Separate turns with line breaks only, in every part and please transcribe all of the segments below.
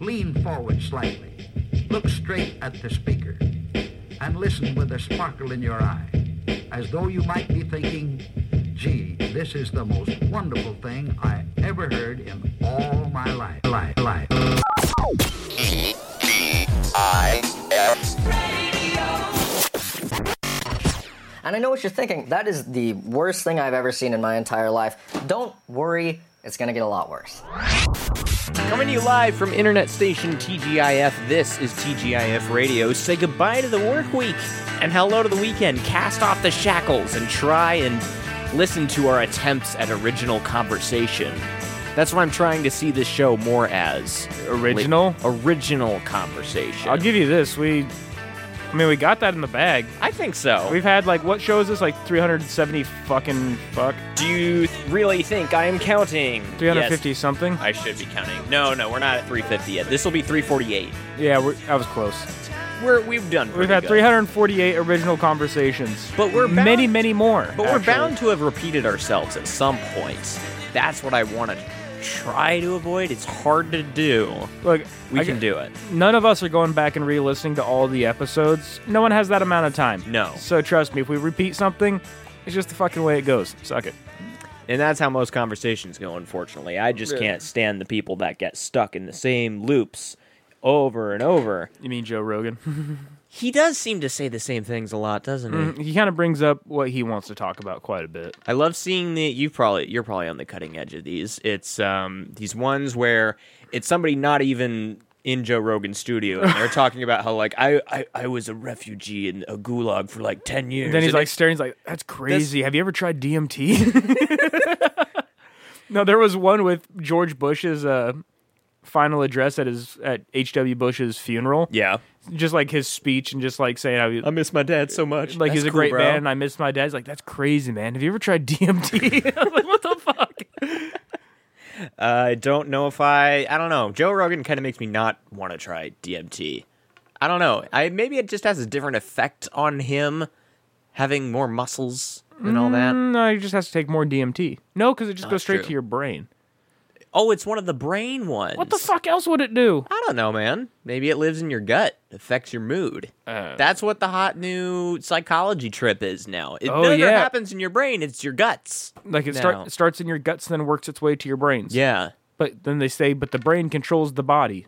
Lean forward slightly. Look straight at the speaker and listen with a sparkle in your eye, as though you might be thinking, gee, this is the most wonderful thing I ever heard in all my life. life, life.
E D I F.
And I know what you're thinking. That is the worst thing I've ever seen in my entire life. Don't worry, it's gonna get a lot worse.
Coming to you live from internet station TGIF, this is TGIF Radio. Say goodbye to the work week and hello to the weekend. Cast off the shackles and try and listen to our attempts at original conversation. That's what I'm trying to see this show more as
Original?
original conversation.
I'll give you this. We, I mean, we got that in the bag.
I think so.
We've had like what show is this? Like 370 fucking fuck,
Do you th- really think I am counting?
350
Yes,
something.
I should be counting. No, no, we're not at 350 yet. This will be 348.
Yeah, we're, I was close.
We're we've done.
We've
pretty
had
good.
348 original conversations,
But we're bound-
many, many more.
But we're
actually.
bound to have repeated ourselves at some point. That's what I want to try to avoid. It's hard to do.
Look,
We
I
can
g-
do it.
None of us are going back and re-listening to all the episodes. No one has that amount of time.
No.
So trust me, if we repeat something, it's just the fucking way it goes. Suck it.
And that's how most conversations go, unfortunately. I just can't stand the people that get stuck in the same loops over and over.
You mean Joe Rogan?
He does seem to say the same things a lot, doesn't he?
he kind of brings up what he wants to talk about quite a bit.
I love seeing the you probably you're probably on the cutting edge of these. It's um these ones where it's somebody not even in Joe Rogan's studio and they're talking about how like I, I I was a refugee in a gulag for like ten years.
And then he's
And
like staring. He's like, "That's crazy. Have you ever tried DMT?" no, there was one with George Bush's uh, final address at his at H.W. Bush's funeral.
Yeah.
just like his speech and just like saying how he,
I miss my dad so much.
like he's
That's
a
cool,
great
bro.
man and I miss my dad. He's like, "That's crazy, man. Have you ever tried DMT?" I was like, what the fuck?
I don't know if I I don't know. Joe Rogan kind of makes me not want to try DMT. I don't know. I maybe it just has a different effect on him having more muscles and all that.
No, he just has to take more DMT. No, because it just goes
that's
straight
true.
to your brain.
Oh, it's one of the brain ones.
What the fuck else would it do?
I don't know, man. Maybe it lives in your gut, affects your mood.
Uh.
That's what the hot new psychology trip is now. It
Oh,
never
yeah.
happens in your brain; it's your guts.
Like it
No.
start, starts in your guts, then works its way to your brains.
Yeah,
But then they say, but the brain controls the body.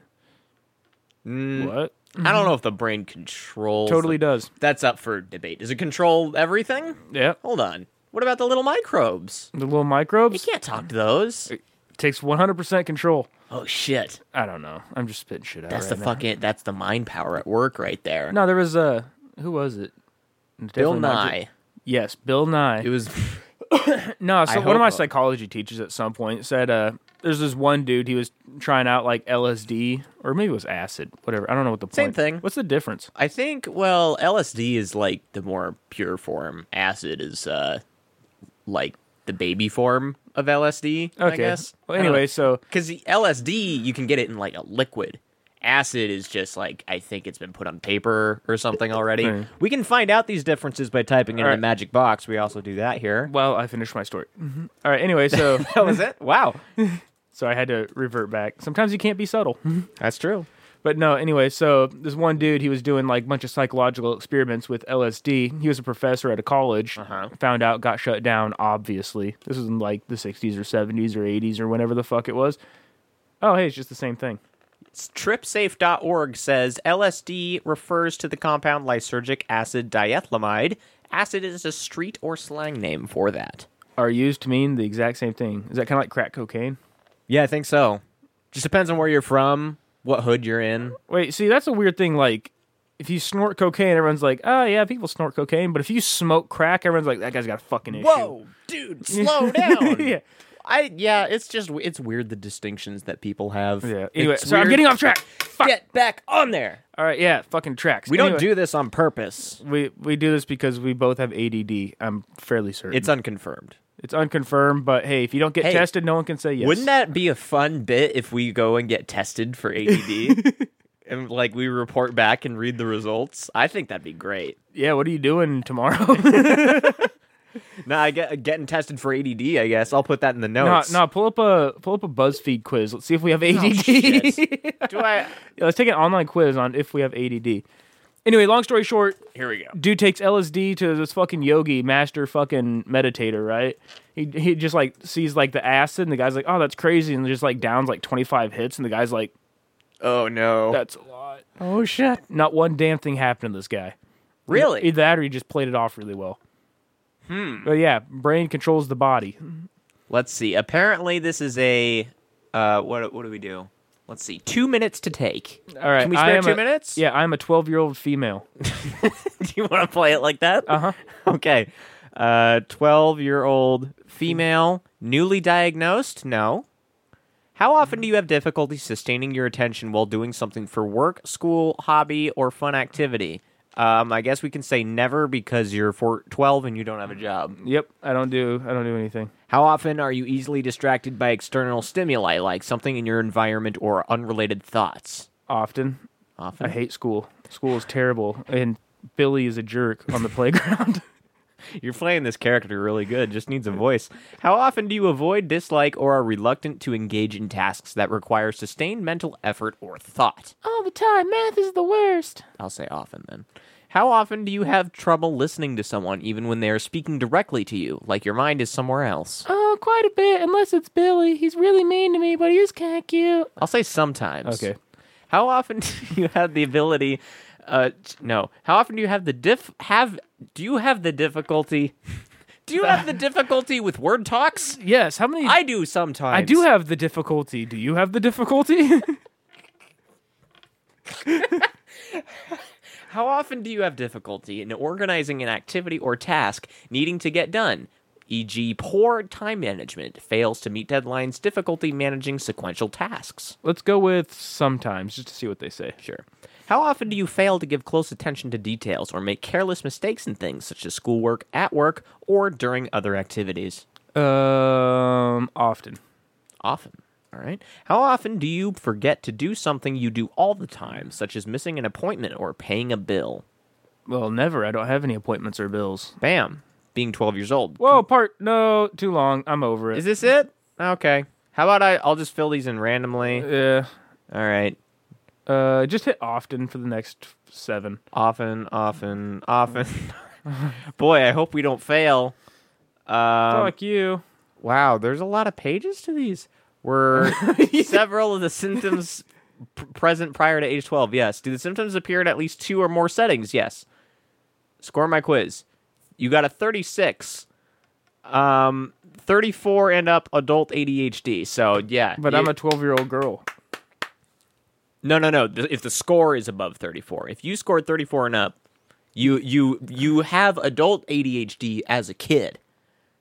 What?
I don't know if the brain controls.
Mm-hmm. Totally does.
That's up for debate. Does it control everything?
Yeah.
Hold on. What about the little microbes?
The little
You
microbes
can't talk to those.
takes 100% control.
Oh shit!
I don't know. I'm just spitting shit out.
That's
right
the
now.
fucking. That's the mind power at work right there.
No, there was a. Who was it?
Bill
Definitely not Ju-
Nye.
Yes, Bill Nye.
It was.
No, so one
hope-
of my psychology teachers at some point said, uh, there's this one dude, he was trying out like LSD or maybe it was acid, whatever. I don't know what the
Same
point-
thing.
What's the difference?
I think well, LSD is like the more pure form. Acid is uh like the baby form of LSD. I
Okay.
guess.
Well, anyway, so
because LSD you can get it in like a liquid. Acid is just like I think it's been put on paper or something already.
Mm.
We can find out these differences by typing in
All
the
right.
magic box. We also do that here.
well, I finished my story. Mhm. All right. Anyway, so
That was it. Wow,
so I had to revert back. Sometimes you can't be subtle.
that's true.
But no, anyway, so this one dude, he was doing like a bunch of psychological experiments with LSD. He was a professor at a college,
Uh-huh.
found out, got shut down, obviously. This was in like the 60s or 70s or 80s or whenever the fuck it was. Oh, hey, it's just the same thing.
TripSafe.org says LSD refers to the compound lysergic acid diethylamide. Acid is a street or slang name for that.
Are used to mean the exact same thing. Is that kind of like crack cocaine?
Yeah, I think so. Just depends on where you're from, what hood you're in.
Wait, see, that's a weird thing. Like, if you snort cocaine, everyone's like, oh, yeah, people snort cocaine. But if you smoke crack, everyone's like, that guy's got a fucking issue.
dude, slow down.
yeah.
I yeah, it's just it's weird the distinctions that people have.
Yeah. Anyway,
It's
so I'm
weird.
getting off track. Fuck.
Get back on there.
All right, yeah, fucking tracks.
We
Anyway.
don't do this on purpose.
We we do this because we both have ADD. I'm fairly certain.
It's unconfirmed.
it's unconfirmed, but hey, if you don't get
Hey,
tested, no one can say yes.
Wouldn't that be a fun bit if we go and get tested for ADD? and like we report back and read the results? I think that'd be great.
Yeah. What are you doing tomorrow?
Nah, I get getting tested for ADD. I guess I'll put that in the
No,
notes.
no, pull up a pull up a BuzzFeed quiz. Let's see if we have ADD.
Oh, Do I?
Yeah, let's take an online quiz on if we have ADD. Anyway, long story short,
Here we go.
dude takes LSD to this fucking yogi, master fucking meditator, right? He he just like sees like the acid, and the guy's like, "Oh, that's crazy," and just like downs like twenty five hits, and the guy's like,
Oh no.
"That's a lot." Oh shit! Not one damn thing happened to this guy.
really?
Either that, or he just played it off really well. Hmm. But yeah, brain controls the body.
Let's see. Apparently, this is a. Uh, what what do we do? Let's see. Two minutes to take.
All right,
Can we
I
spare
am
two
a-
minutes?
Yeah, I'm a twelve year old female.
Do you want to play it like that?
Uh huh.
Okay. Uh, twelve-year-old female, newly diagnosed. No. How often do you have difficulty sustaining your attention while doing something for work, school, hobby, or fun activity? Um, I guess we can say never because you're four, 12 and you don't have a job.
Yep. I don't do. I don't do anything.
How often are you easily distracted by external stimuli, like something in your environment or unrelated thoughts?
Often.
Often.
I hate school. School is terrible, and Billy is a jerk on the playground.
You're playing this character really good. Just needs a voice. How often do you avoid, dislike, or are reluctant to engage in tasks that require sustained mental effort or thought?
All the time. Math is the worst.
I'll say often then. How often do you have trouble listening to someone, even when they are speaking directly to you, like your mind is somewhere else?
Oh, quite a bit, unless it's Billy. He's really mean to me, but he is kind of cute.
I'll say sometimes.
Okay.
How often do you have the ability? Uh, t- no. How often do you have the diff? Have do you have the difficulty? Do you have the difficulty with word talks?
Yes. How many?
I do sometimes.
I do have the difficulty. Do you have the difficulty?
How often do you have difficulty in organizing an activity or task needing to get done? E.g., poor time management, fails to meet deadlines, difficulty managing sequential tasks.
Let's go with sometimes, just to see what they say.
Sure. How often do you fail to give close attention to details or make careless mistakes in things such as schoolwork, at work, or during other activities?
Um, often.
Often. All right. How often do you forget to do something you do all the time, such as missing an appointment or paying a bill?
Well, never. I don't have any appointments or bills.
Bam. Being 12 years old.
Whoa, part. No, too long. I'm over it.
Is this it? Okay. How about I? I'll just fill these in randomly.
Yeah.
All right.
Uh, just hit often for the next seven.
Often, often, often. Boy, I hope we don't fail. Um,
Fuck you.
wow, there's a lot of pages to these. Were several of the symptoms p- present prior to age 12? Yes. Do the symptoms appear in at least two or more settings? Yes. Score my quiz. You got a 36. Um, 34 and up adult ADHD. So, yeah.
But
you-
I'm a 12 year old girl.
No, no, no. The, if the score is above 34, if you scored 34 and up, you you you have adult ADHD as a kid.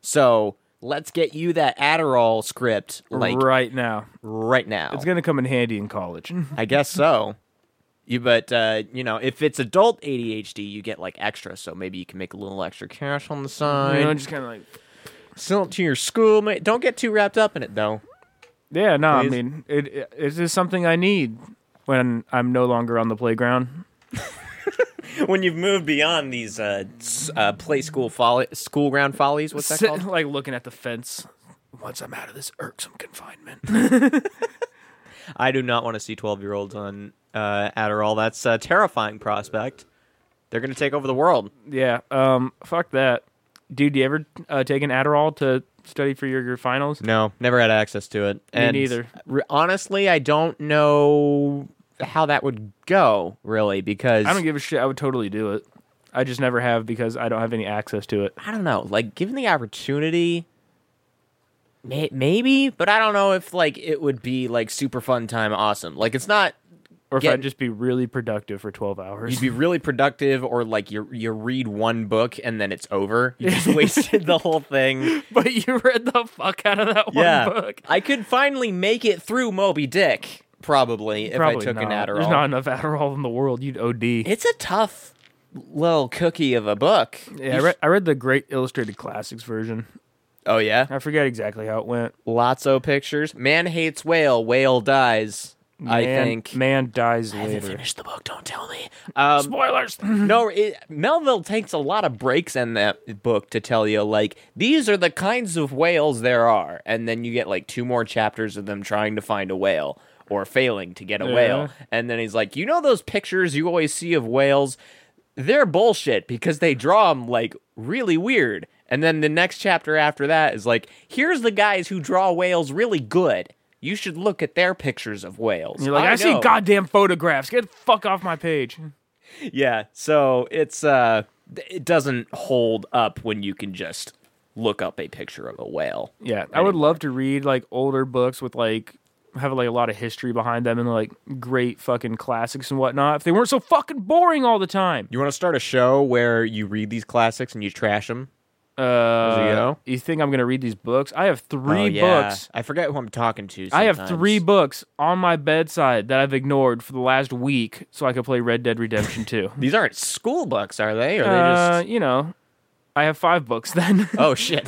So let's get you that Adderall script like right,
right now.
now.
It's gonna come in handy in college.
I guess so. You but uh, you know if it's adult ADHD, you get like extra. So maybe you can make a little extra cash on the side.
You know, just kind of like,
Sell it to your schoolmate. Don't get too wrapped up in it though.
yeah, no.
Please.
I mean, it, it is this something I need when I'm no longer on the playground?
When you've moved beyond these uh, s- uh play school folly, school ground follies, what's that called?
Sitting like looking at the fence. Once I'm out of this irksome confinement,
I do not want to see 12 year olds on uh, Adderall. That's a terrifying prospect. They're going to take over the world.
yeah. Um, fuck that, dude. You ever uh, take an Adderall to study for your, your finals?
No, never had access to it.
Me neither.
re- honestly, I don't know how that would go, really, because
I don't give a shit. I would totally do it. I just never have because I don't have any access to it.
I don't know. Like, given the opportunity, may- maybe, but I don't know if like it would be like super fun time, awesome. Like, it's not
Or if
Get-
I'd just be really productive for 12 hours.
you'd be really productive, or like you you read one book and then it's over. You just wasted the whole thing.
but you read the fuck out of that
yeah.
one book.
I could finally make it through Moby Dick, probably, if I took
not.
an Adderall.
There's not enough Adderall in the world. You'd OD.
It's a tough little cookie of a book.
yeah, I, read, I read the Great Illustrated Classics version.
Oh, yeah?
I forget exactly how it went.
Lots of pictures. Man hates whale, whale dies. I
Man-
think.
man dies
I haven't
later.
finished the book. Don't tell me. Um,
Spoilers.
no, it, Melville takes a lot of breaks in that book to tell you, like, these are the kinds of whales there are. And then you get, like, two more chapters of them trying to find a whale or failing to get a whale. And then he's like, you know those pictures you always see of whales? They're bullshit because they draw them, like, really weird. And then the next chapter after that is like, here's the guys who draw whales really good. You should look at their pictures of whales.
You're like, I, see
know."
goddamn photographs. Get the fuck off my page.
Yeah, so it's uh th- it doesn't hold up when you can just look up a picture of a whale.
Yeah, I would love to read like older books with like have like a lot of history behind them and like great fucking classics and whatnot. If they weren't so fucking boring all the time.
You want to start a show where you read these classics and you trash them?
Uh,
you go.
you think I'm gonna read these books? I have three books.
I forget who I'm talking to.
I have
Oh, sometimes.
three books on my bedside that I've ignored for the last week, so I could play Red Dead Redemption 2.
These aren't school books, are they? Or
uh,
they just
you know, I have five books then.
oh shit.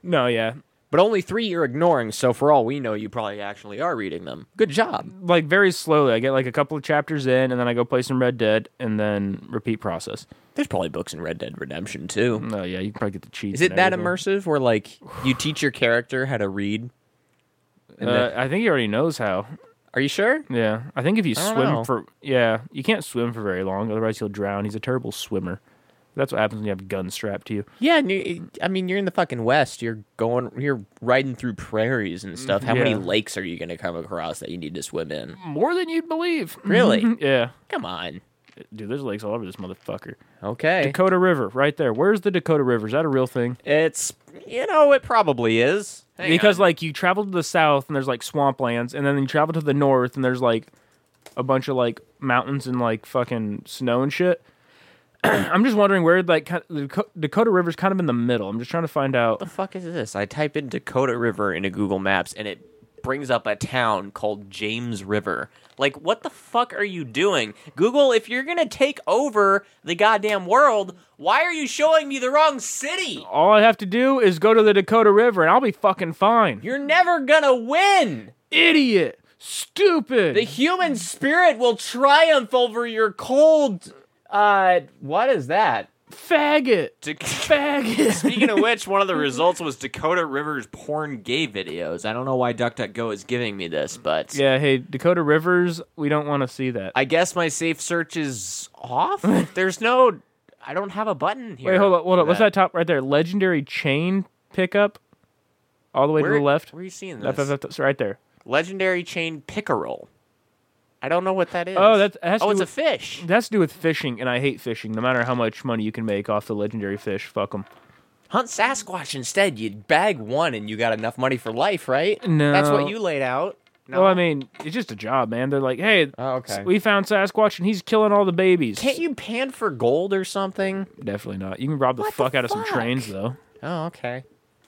no, yeah,
But only three you're ignoring, so for all we know, you probably actually are reading them. Good job.
like very slowly. I get like a couple of chapters in, and then I go play some Red Dead, and then repeat process.
There's probably books in Red Dead Redemption too.
No, yeah, you can probably get the cheats.
Is it
and
that
everything.
immersive where like you teach your character how to read? And
Uh,
then-
I think he already knows how.
are you sure?
Yeah, I think if you
don't
swim
know.
for yeah, you can't swim for very long, otherwise you'll drown. He's a terrible swimmer. That's what happens when you have guns strapped to you.
Yeah, and you, I mean, you're in the fucking West. You're going, you're riding through prairies and stuff. How many
Yeah. Mm-hmm.
lakes are you going to come across that you need to swim in?
More than you'd believe.
Really?
yeah,
Come on.
dude. There's lakes all over this motherfucker.
Okay.
Dakota River, right there. Where's the Dakota River? Is that a real thing?
It's, you know, it probably is. Hang
because
on.
like you travel to the south and there's like swamplands, and then you travel to the north and there's like a bunch of like mountains and like fucking snow and shit. I'm just wondering where like kind the Daco- Dakota River's kind of in the middle. I'm just trying to find out.
the fuck is this? I type in Dakota River into Google Maps and it brings up a town called James River. Like, what the fuck are you doing? Google, if you're going to take over the goddamn world, why are you showing me the wrong city?
All I have to do is go to the Dakota River and I'll be fucking fine.
You're never going to win.
idiot. Stupid.
The human spirit will triumph over your cold. Uh, what is that?
faggot. Faggot.
Speaking of which, one of the results was Dakota Rivers porn gay videos. I don't know why DuckDuckGo is giving me this, but
yeah, hey, Dakota Rivers, we don't want to see that.
I guess my safe search is off. There's no. I don't have a button here.
Wait, hold up, hold up.
for
What's
that.
that top right there? Legendary chain pickup. All the way
Where,
to the left.
Where are you seeing
Up,
this?
up, up, it's right there.
Legendary chain pickerel. I don't know what that is.
Oh, that's- it has to
oh,
do
it's a
with-
fish.
It has to do with fishing, and I hate fishing. No matter how much money you can make off the legendary fish, fuck them.
Hunt Sasquatch instead. You bag one and you got enough money for life, right?
No.
That's what you laid out. No.
Well, I mean, it's just a job, man. They're like, hey,
Oh, okay.
we found Sasquatch, and he's killing all the babies.
Can't you pan for gold or something?
Definitely not. You can rob the
What the
fuck out of some
fuck?
trains, though.
Oh, okay.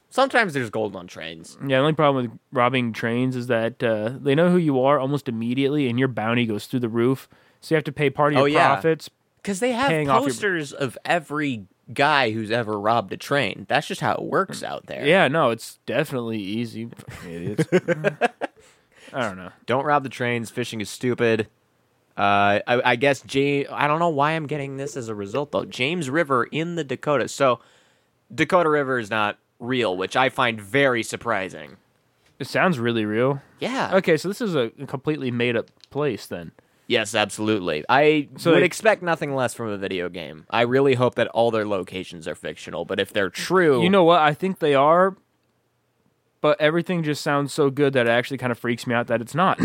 Sometimes there's gold on trains.
Yeah, the only problem with robbing trains is that uh, they know who you are almost immediately, and your bounty goes through the roof. So you have to pay part of your
Oh, yeah.
profits.
Because they have
Paying off your-
posters of every guy who's ever robbed a train. That's just how it works out there.
Yeah, no, it's definitely easy. Fucking idiots. I don't know.
Don't rob the trains. Fishing is stupid. Uh, I, I guess James. I don't know why I'm getting this as a result though. James River in the Dakota. So Dakota River is not real, which I find very surprising.
It sounds really real.
Yeah.
Okay, so this is a completely made up place then.
Yes, absolutely. I
So
would
they-
expect nothing less from a video game. I really hope that all their locations are fictional, but if they're true,
You know what? I think they are, but everything just sounds so good that it actually kind of freaks me out that it's not.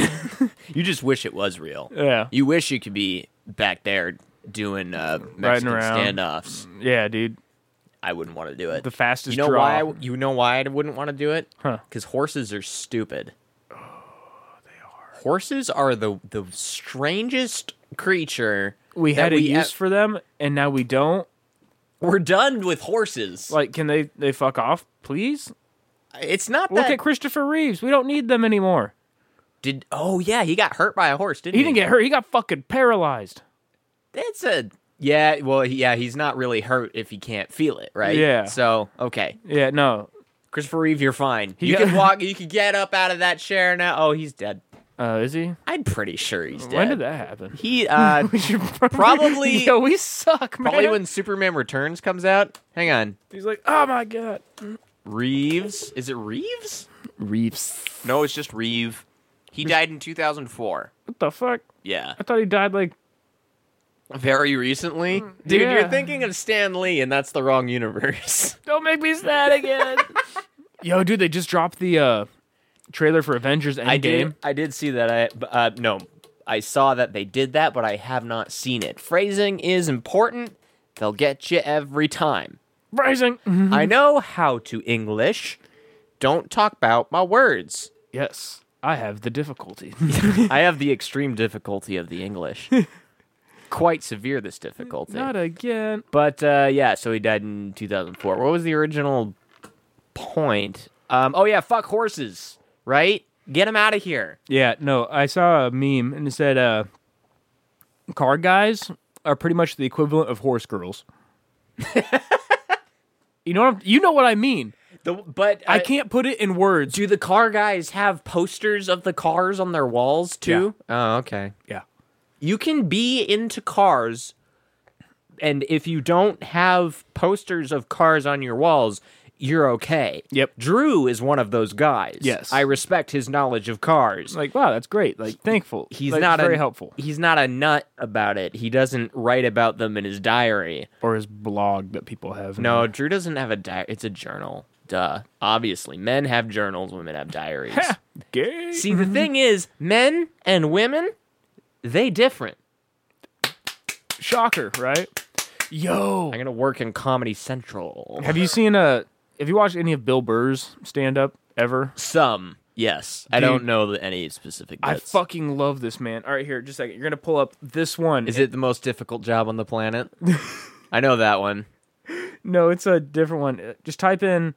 you just wish it was real.
Yeah.
You wish you could be back there doing uh, Mexican
around.
standoffs.
yeah, dude.
I wouldn't want to do it.
The fastest
you know
draw.
why? I, you know why I wouldn't want to do it?
Huh.
Because horses are stupid. Oh, they are. Horses are the the strangest creature
we
that
had a
we e-,
use for them, and now we don't.
We're done with horses.
Like, can they they fuck off, please?
it's not
Look
that
at Christopher Reeves. We don't need them anymore.
did. Oh yeah, he got hurt by a horse, didn't
He
he?
didn't get hurt. He got fucking paralyzed.
That's a yeah. Well, he- yeah, he's not really hurt if he can't feel it, right?
Yeah.
So okay,
Yeah, no.
Christopher Reeve, you're fine.
He
you
got-
can walk. You can get up out of that chair now. Oh, he's dead.
Oh, is he?
I'm pretty sure he's dead.
When did that happen?
He uh,
We should probably,
Probably-
Yo, we suck, man.
probably when Superman Returns comes out. Hang on,
he's like, oh my god,
Reeves. Is it Reeves?
Reeves.
No, it's just Reeve. He died in 2004.
What the fuck?
Yeah,
I thought he died like
very recently, dude.
yeah.
You're thinking of Stan Lee, and that's the wrong universe.
Don't make me sad again. Yo, dude, they just dropped the uh, trailer for Avengers Endgame.
I did. I did see that. I b- uh, no, I saw that they did that, but I have not seen it. Phrasing is important. They'll get you every time.
Rising. Mm-hmm.
I know how to English. Don't talk about my words.
yes, I have the difficulty.
I have the extreme difficulty of the English. Quite severe this difficulty.
Not again.
But uh, yeah, so he died in 2004. What was the original point? Um, oh yeah, fuck horses, right? Get him out of here.
Yeah, no, I saw a meme and it said, uh, "Car guys are pretty much the equivalent of horse girls." you know, what I'm, you know what I mean.
The, but
I can't put it in words.
Do the car guys have posters of the cars on their walls too? Oh, okay.
Yeah,
You can be into cars, and if you don't have posters of cars on your walls, you're okay.
Yep.
Drew is one of those guys.
Yes.
I respect his knowledge of cars.
like wow, that's great. Like thankful.
he's
Like,
not
very
a,
helpful.
He's not a nut about it. He doesn't write about them in his diary.
Or his blog that people have.
No, Drew doesn't have a diary. It's a journal. Duh. Obviously, men have journals, women have diaries.
gay.
See, the thing is, men and women, they different.
Shocker, right? Yo,
I'm gonna work in Comedy Central.
have you seen uh Have you watched any of Bill Burr's stand up ever?
Some, yes. I
Dude.
don't know the- any specific.
I
bits.
fucking love this man. All right, here, just a second. You're gonna pull up this one.
Is it the most difficult job on the planet? I know that one.
No, it's a different one. Uh, Just type in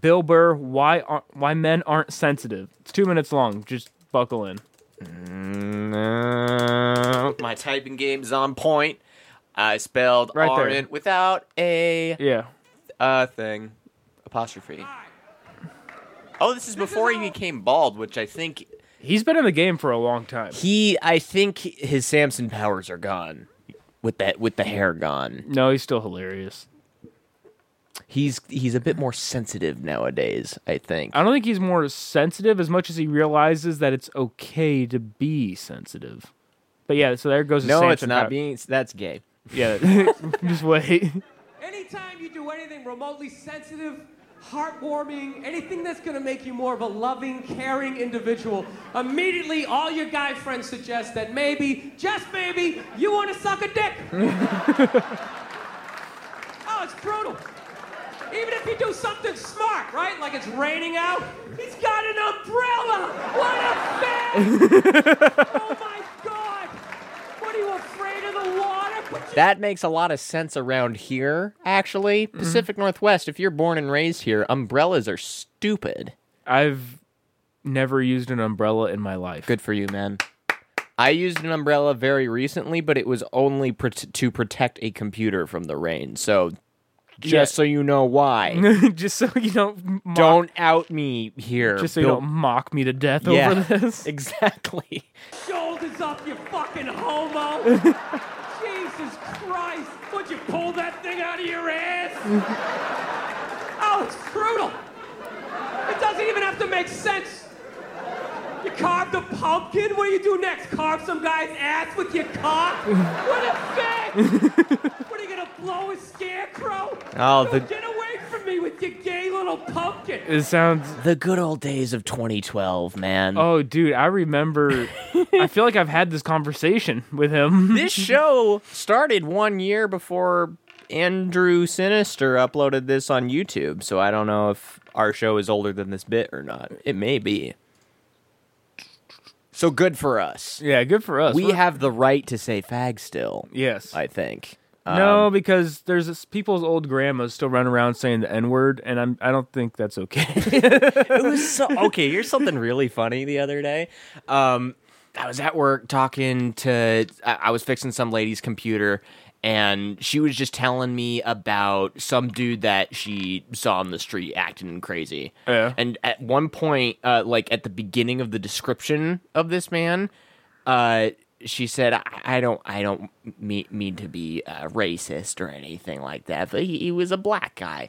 Bill Burr. Why are why men aren't sensitive? It's two minutes long. Just buckle in.
No. My typing game's on point. I spelled
Right there.
RN without a
Yeah.
uh, thing apostrophe. Oh, this is before he became bald, which I think
He's been in the game for a long time.
he I think his Samson powers are gone with that with the hair gone.
No, he's still hilarious.
He's he's a bit more sensitive nowadays, I think.
I don't think he's more sensitive as much as he realizes that it's okay to be sensitive. But yeah, so there goes. his
no, it's
Samson
not
power.
being that's gay.
Yeah, just wait.
Anytime you do anything remotely sensitive, heartwarming, anything that's going to make you more of a loving, caring individual, immediately all your guy friends suggest that maybe, just maybe, you want to suck a dick. oh, it's brutal. Even if you do something smart, right? Like it's raining out, he's got an umbrella. What a fan! oh my God! What are you afraid of the water? Put your
That makes a lot of sense around here, actually.
Mm-hmm.
Pacific Northwest, if you're born and raised here, umbrellas are stupid.
I've never used an umbrella in my life.
Good for you, man. I used an umbrella very recently, but it was only pro- to protect a computer from the rain. So, just
Yeah.
so you know why.
just so you don't mock,
don't out me here.
just so you
Bill-
don't mock me to death
Yeah,
over this.
Exactly.
shoulders up, you fucking homo! Jesus Christ! Would you pull that thing out of your ass? oh, it's brutal! It doesn't even have to make sense! You carved a pumpkin? What do you do next? Carve some guy's ass with your cock? what a fag! what are you gonna blow a scarecrow?
Oh,
No,
the-
Get away from me with your gay little pumpkin!
It sounds.
The good old days of 2012, man.
Oh, dude, I remember. I feel like I've had this conversation with him.
This show started one year before Andrew Sinister uploaded this on YouTube, so I don't know if our show is older than this bit or not. It may be. So good for us.
Yeah, good for us.
We
We're-
have the right to say fag still,
yes.
I um, think.
no, because there's this, people's old grandmas still run around saying the N word, and I'm I don't think that's okay.
it was so okay. Here's something really funny the other day. Um, I was at work talking to. I, I was fixing some lady's computer, and she was just telling me about some dude that she saw on the street acting crazy.
Yeah.
And at one point, uh, like at the beginning of the description of this man, uh, she said, "I, I don't, I don't mean, mean to be uh, racist or anything like that, but he, he was a black guy.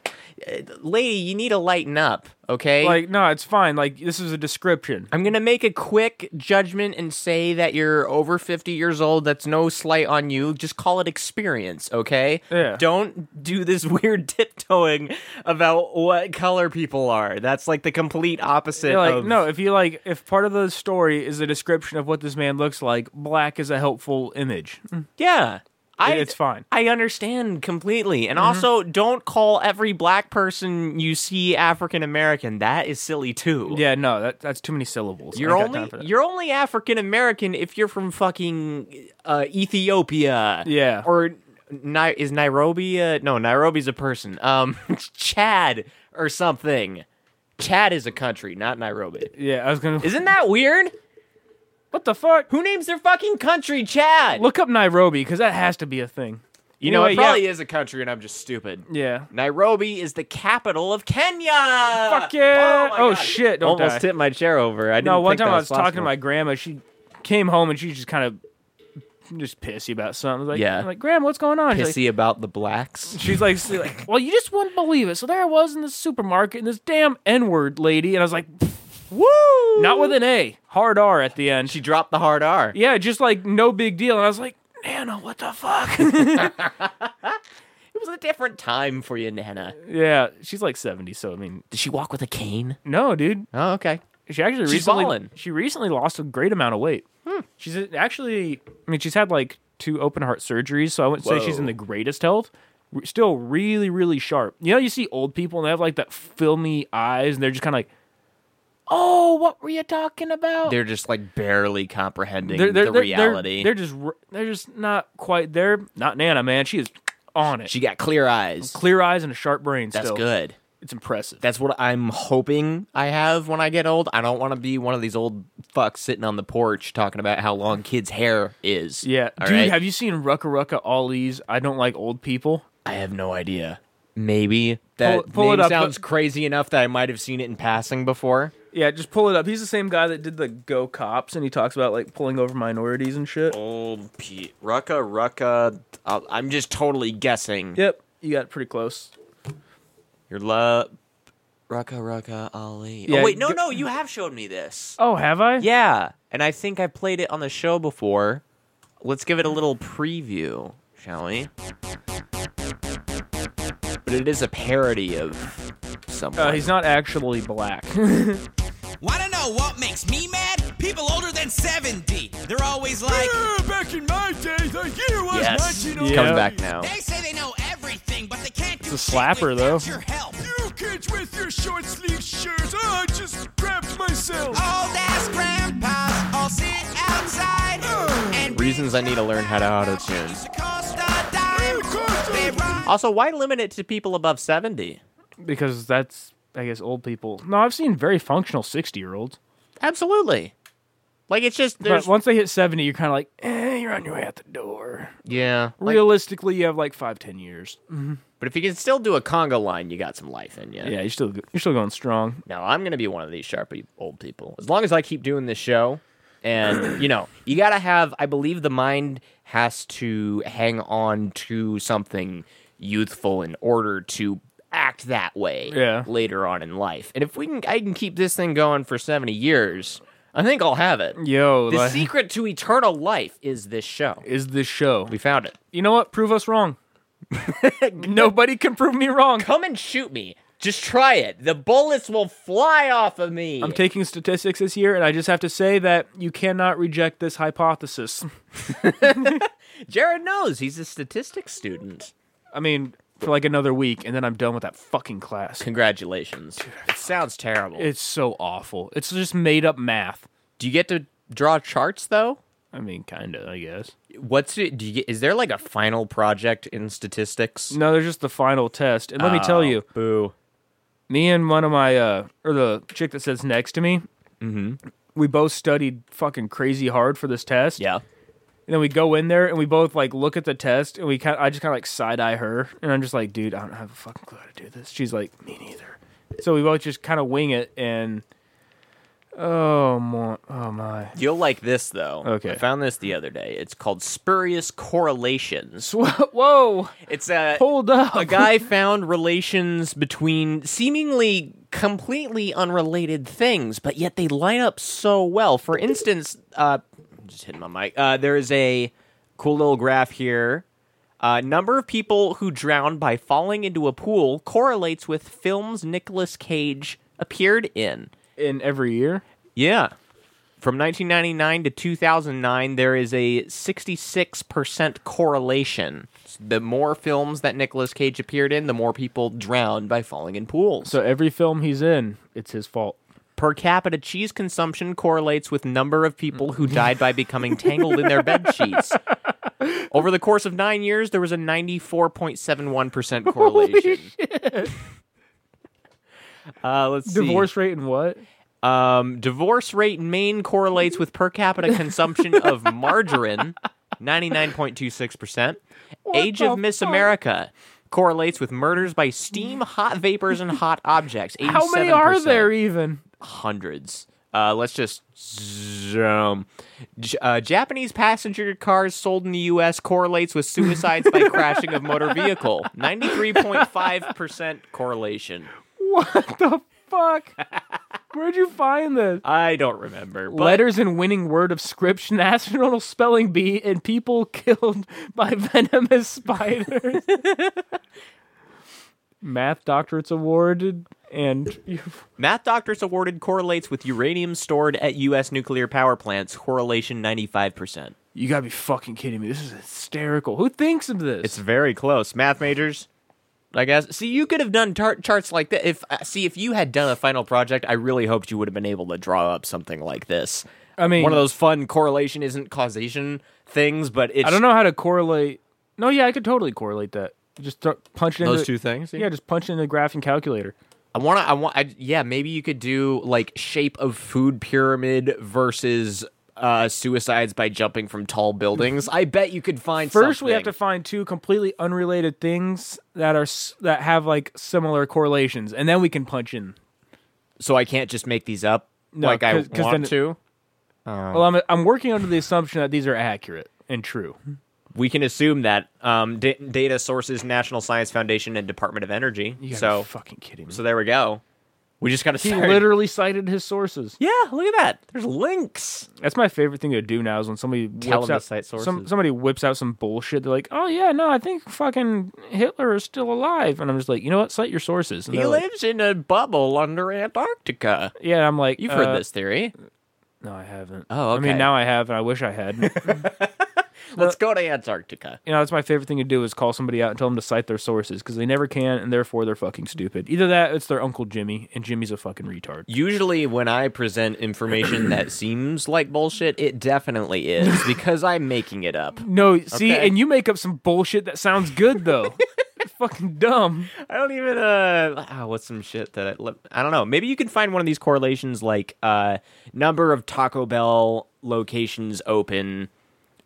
Uh, lady, you need to lighten up, okay?
Like, no, it's fine. Like, this is a description.
I'm gonna make a quick judgment and say that you're over 50 years old. That's no slight on you. Just call it experience, okay?
Yeah.
Don't do this weird tiptoeing about what color people are. That's like the complete opposite.
You're like,
of,
no, if you like, if part of the story is a description of what this man looks like, black is a helpful image.
Mm-hmm. Yeah. I,
it's fine. Mm-hmm.
I understand completely. And also, don't call every black person you see African American. That is silly too.
Yeah, no, that, that's too many syllables.
You're
I ain't got time
only
for that.
you're only African American if you're from fucking uh, Ethiopia.
Yeah.
Or Ni- is Nairobi? A, no, Nairobi's a person. Um, Chad or something. Chad is a country, not Nairobi.
yeah, I was gonna.
Isn't that weird?
what the fuck?
Who names their fucking country Chad?
Look up Nairobi because that has to be a thing.
you know, it
Anyway,
probably is a country, and I'm just stupid.
Yeah.
Nairobi is the capital of Kenya.
Fuck yeah!
my
Oh,
God.
shit! Don't
Almost
die.
tipped my chair over. I didn't
No, one
think
time
that
I was talking to
possible.
my grandma. She came home and she was just kind of just pissy about something. I was like,
Yeah.
I'm like, Grandma, what's going on? She's like-
pissy about the blacks.
She's like, she's like, well, you just wouldn't believe it. So there I was in the supermarket, and this damn N word lady, and I was like,
Woo!
not with an A, hard R at the end.
She dropped the hard R.
yeah, just like no big deal. And I was like, Nana, what the fuck?
It was a different time for you, Nana.
yeah, she's like seventy, so I mean,
Did she walk with a cane?
no, dude.
Oh, okay.
She actually
She's Hmm.
recently
ballin'.
she recently lost a great amount of weight. She's actually, I mean, she's had like two open heart surgeries, so I wouldn't say she's
Whoa.
in the greatest health. Re- Still really, really sharp. You know, you see old people and they have like that filmy eyes, and they're just kind of like, "Oh, what were you talking about?"
They're just like barely comprehending
They're- they're-
the
they're- they're-
reality.
They're, just r- they're just not quite there. Not Nana, man. She is on it.
she got clear eyes.
clear eyes and a sharp brain.
That's
still.
good.
It's impressive.
That's what I'm hoping I have when I get old. I don't want to be one of these old fucks sitting on the porch talking about how long kids' hair is.
yeah,
All
dude.
right?
Have you seen Rucka Rucka Ollie's? I don't like old people.
I have no idea. Maybe that
Pull- pull it
name
up.
sounds crazy enough that I might have seen it in passing before.
Yeah, just pull it up. He's the same guy that did the Go Cops, and he talks about like pulling over minorities and shit.
Oh. Old Pete. Rucka, Rucka. I'll, I'm just totally guessing.
Yep, you got pretty close.
Your love. Rucka, Rucka, Ali.
Yeah,
oh, wait, no,
go-
no, you have showed me this.
Oh, have I?
Yeah, and I think I played it on the show before. Let's give it a little preview, shall we? But it is a parody of something.
Uh, he's not actually black.
Want to know what makes me mad? People older than 70. They're always like,
back in my day, the year was
yes, it
1908.
comes back now.
they say they know everything, but they can't do
a
shit
slapper,
without
though.
your help.
You kids with your short sleeve shirts, I just grabbed myself.
Old ass grandpas all sit outside. And
Reasons I need to learn how to auto-tune.
Used to cost a dime.
It cost a-
They ride
Also, why limit it to people above seventy?
because that's, I guess, old people. No, I've seen very functional 60 year olds.
Absolutely. Like it's just
But
there's
once they hit 70, you're kind of like, eh, you're on your way out the door.
yeah. like-
Realistically, you have like five, ten years.
but if you can still do a conga line, you got some life in you.
Yeah, you're still you're still going strong.
No, I'm gonna be one of these sharp e- old people. As long as I keep doing this show, and you know, you gotta have. I believe the mind has to hang on to something youthful in order to act that way
Yeah.
later on in life. And if we can, I can keep this thing going for 70 years. I think I'll have it.
Yo,
The
like-
secret to eternal life is this show.
is this show?
We found it.
You know what? Prove us wrong. Nobody can prove me wrong.
Come and shoot me. Just try it. The bullets will fly off of me.
I'm taking statistics this year, and I just have to say that you cannot reject this hypothesis.
Jared knows he's a statistics student.
I mean, for like another week, and then I'm done with that fucking class.
Congratulations. It sounds terrible.
It's so awful. It's just made up math.
do you get to draw charts though?
I mean, kind of, I guess.
What's it? Do you get? Is there like a final project in statistics?
No, they're just the final test. And let me tell you,
Boo.
me and one of my, uh, or the chick that sits next to me, mm-hmm. we both studied fucking crazy hard for this test.
Yeah.
And then we go in there and we both like look at the test and we kind I just kind of like side eye her and I'm just like, dude, I don't have a fucking clue how to do this. She's like, me neither. So we both just kind of wing it and oh my, oh my.
You'll like this though.
Okay.
I found this the other day. It's called spurious correlations.
Whoa,
It's a
hold up.
a guy found relations between seemingly completely unrelated things, but yet they line up so well. For instance, uh, just hitting my mic. Uh, there is a cool little graph here. Uh, number of people who drown by falling into a pool correlates with films Nicolas Cage appeared in.
in every year.
Yeah. From 1999 to 2009, there is a 66% correlation. The more films that Nicolas Cage appeared in, the more people drowned by falling in pools.
So every film he's in, it's his fault.
per capita cheese consumption correlates with number of people who died by becoming tangled in their bed sheets. Over the course of nine years, there was a 94.71% correlation. Uh, let's see.
Divorce rate and what?
Um, divorce rate in Maine correlates with per capita consumption of margarine, 99.26%. Age of
the
Miss
fuck?
America correlates with murders by steam, hot vapors, and hot objects.
How many are
87%.
there even?
Hundreds. Uh, let's just zoom. J- uh, Japanese passenger cars sold in the U.S. correlates with suicides by crashing of motor vehicle. 93.5% correlation.
Fuck. Where'd you find this?
I don't remember. But
Letters in winning word of script, national spelling bee, and people killed by venomous spiders. Math doctorates awarded, and
Math doctors awarded correlates with uranium stored at U.S. nuclear power plants, correlation 95%.
you gotta be fucking kidding me. This is hysterical. Who thinks of this?
It's very close. Math majors, I guess. See, you could have done tar- charts like that. If uh, See, if you had done a final project, I really hoped you would have been able to draw up something like this.
I mean,
One of those fun correlation isn't causation things, but it's.
I don't know how to correlate. No, yeah, I could totally correlate that. Just throw punch it in
Those two things, yeah.
Yeah, just punch it in the graphing calculator.
I want to. I want. I, yeah, maybe you could do like shape of food pyramid versus uh suicides by jumping from tall buildings. I bet you could find.
First, we have to
something.
find two completely unrelated things that are s- that have like similar correlations, and then we can punch in.
so I can't just make these up
No,
like I
'cause- 'cause
want
then-
to.
Well, I'm I'm working under the assumption that these are accurate and true.
We can assume that um, da- data sources, National Science Foundation, and Department of Energy.
You gotta
So,
be fucking kidding me.
so there we go. We just got to
he
start.
literally cited his sources.
yeah, look at that. There's links.
That's my favorite thing to do now is when somebody
Tell
whips
him to
out
cite
Some,
sources.
somebody whips out some bullshit. They're like, "Oh yeah, no, I think fucking Hitler is still alive," and I'm just like, "You know what? Cite your sources." And
He
they're like-
lives in a bubble under Antarctica.
yeah, and I'm like,
You've heard
uh,
this theory.
No, I haven't.
Oh,
I
okay.
mean, now I have, and I wish I had.
Let's go to Antarctica.
you know, that's my favorite thing to do is call somebody out and tell them to cite their sources because they never can, and therefore they're fucking stupid. Either that, or it's their uncle Jimmy, and Jimmy's a fucking retard.
Usually, when I present information that seems like bullshit, it definitely is because I'm making it up.
No, see,
Okay.
and you make up some bullshit that sounds good though. fucking dumb.
I don't even uh ah, what's some shit that I let- I don't know. Maybe you can find one of these correlations like uh number of Taco Bell locations open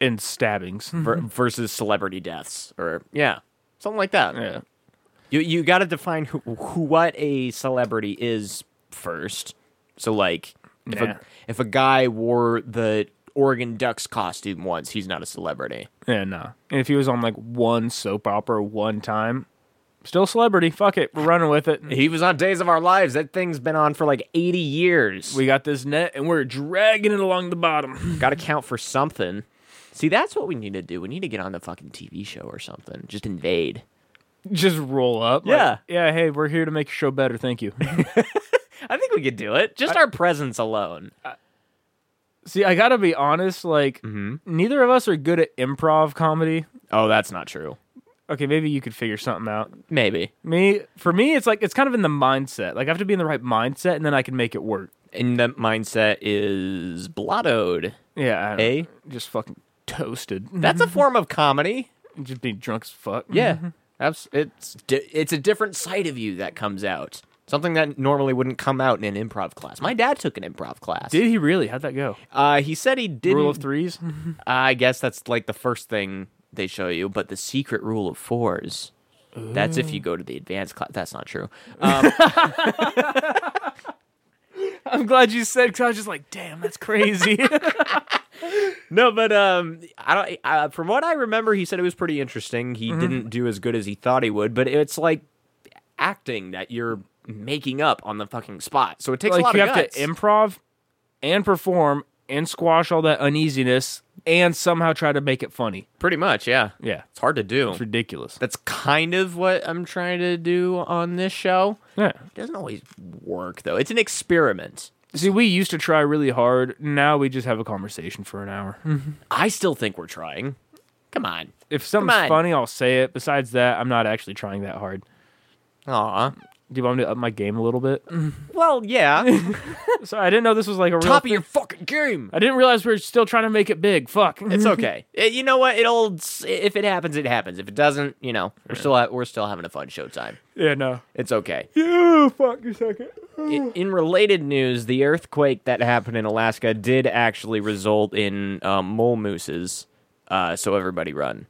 And stabbings.
ver- versus celebrity deaths or yeah, something like that.
yeah.
You you got to define who, who what a celebrity is first. So like if
Nah.
a if a guy wore the Oregon Ducks costume once, he's not a celebrity.
Yeah, no. And if he was on like one soap opera one time, still celebrity. Fuck it. We're running with it.
He was on Days of Our Lives. That thing's been on for like 80 years.
We got this net and we're dragging it along the bottom.
Got to count for something. See, that's what we need to do. We need to get on the fucking TV show or something. Just invade.
Just roll up. like,
Yeah.
yeah, hey, we're here to make your show better. Thank you.
I think we could do it. Just our presence alone.
See, I gotta be honest. Like, neither of us are good at improv comedy.
Oh, that's not true.
Okay, maybe you could figure something out.
Maybe.
Me, for me, it's like it's kind of in the mindset. Like, I have to be in the right mindset, and then I can make it work.
And the mindset is blottoed.
Yeah, I don't-
Eh?
just fucking toasted.
That's a form of comedy.
just being drunk as fuck.
Mm-hmm. Yeah. Abs- it's di- it's a different side of you that comes out. Something that normally wouldn't come out in an improv class. My dad took an improv class.
Did he really? How'd that go?
Uh, he said he didn't.
Rule of threes?
I guess that's like the first thing they show you, but the secret rule of fours. That's if you go to the advanced class. That's not true.
I'm glad you said because I was just like, damn, that's crazy.
No, but um, I don't. Uh, from what I remember, he said it was pretty interesting. He didn't do as good as he thought he would, but it's like acting that you're making up on the fucking spot. So it takes a
like
lot
you
of
have
guts.
to improv and perform and squash all that uneasiness and somehow try to make it funny.
pretty much, yeah,
Yeah.
It's hard to do.
It's ridiculous.
That's kind of what I'm trying to do on this show.
Yeah.
It doesn't always work though. It's an experiment.
See, we used to try really hard. Now we just have a conversation for an hour.
I still think we're trying. Come on.
If
Come on.
something's funny, I'll say it. Besides that, I'm not actually trying that hard.
Aw.
Do you want me to up my game a little bit?
Well, yeah.
so I didn't know this was like a real.
Mm-hmm. Top of your fucking game.
I didn't realize we were still trying to make it big. Fuck.
It's okay. Eh, you know what? It'll if it happens, it happens. If it doesn't, you know, we're still ha- we're still having a fun showtime.
yeah, no.
It's okay.
You fuck your second.
In, in related news, the earthquake that happened in Alaska did actually result in um, mole mooses. Uh, so everybody run.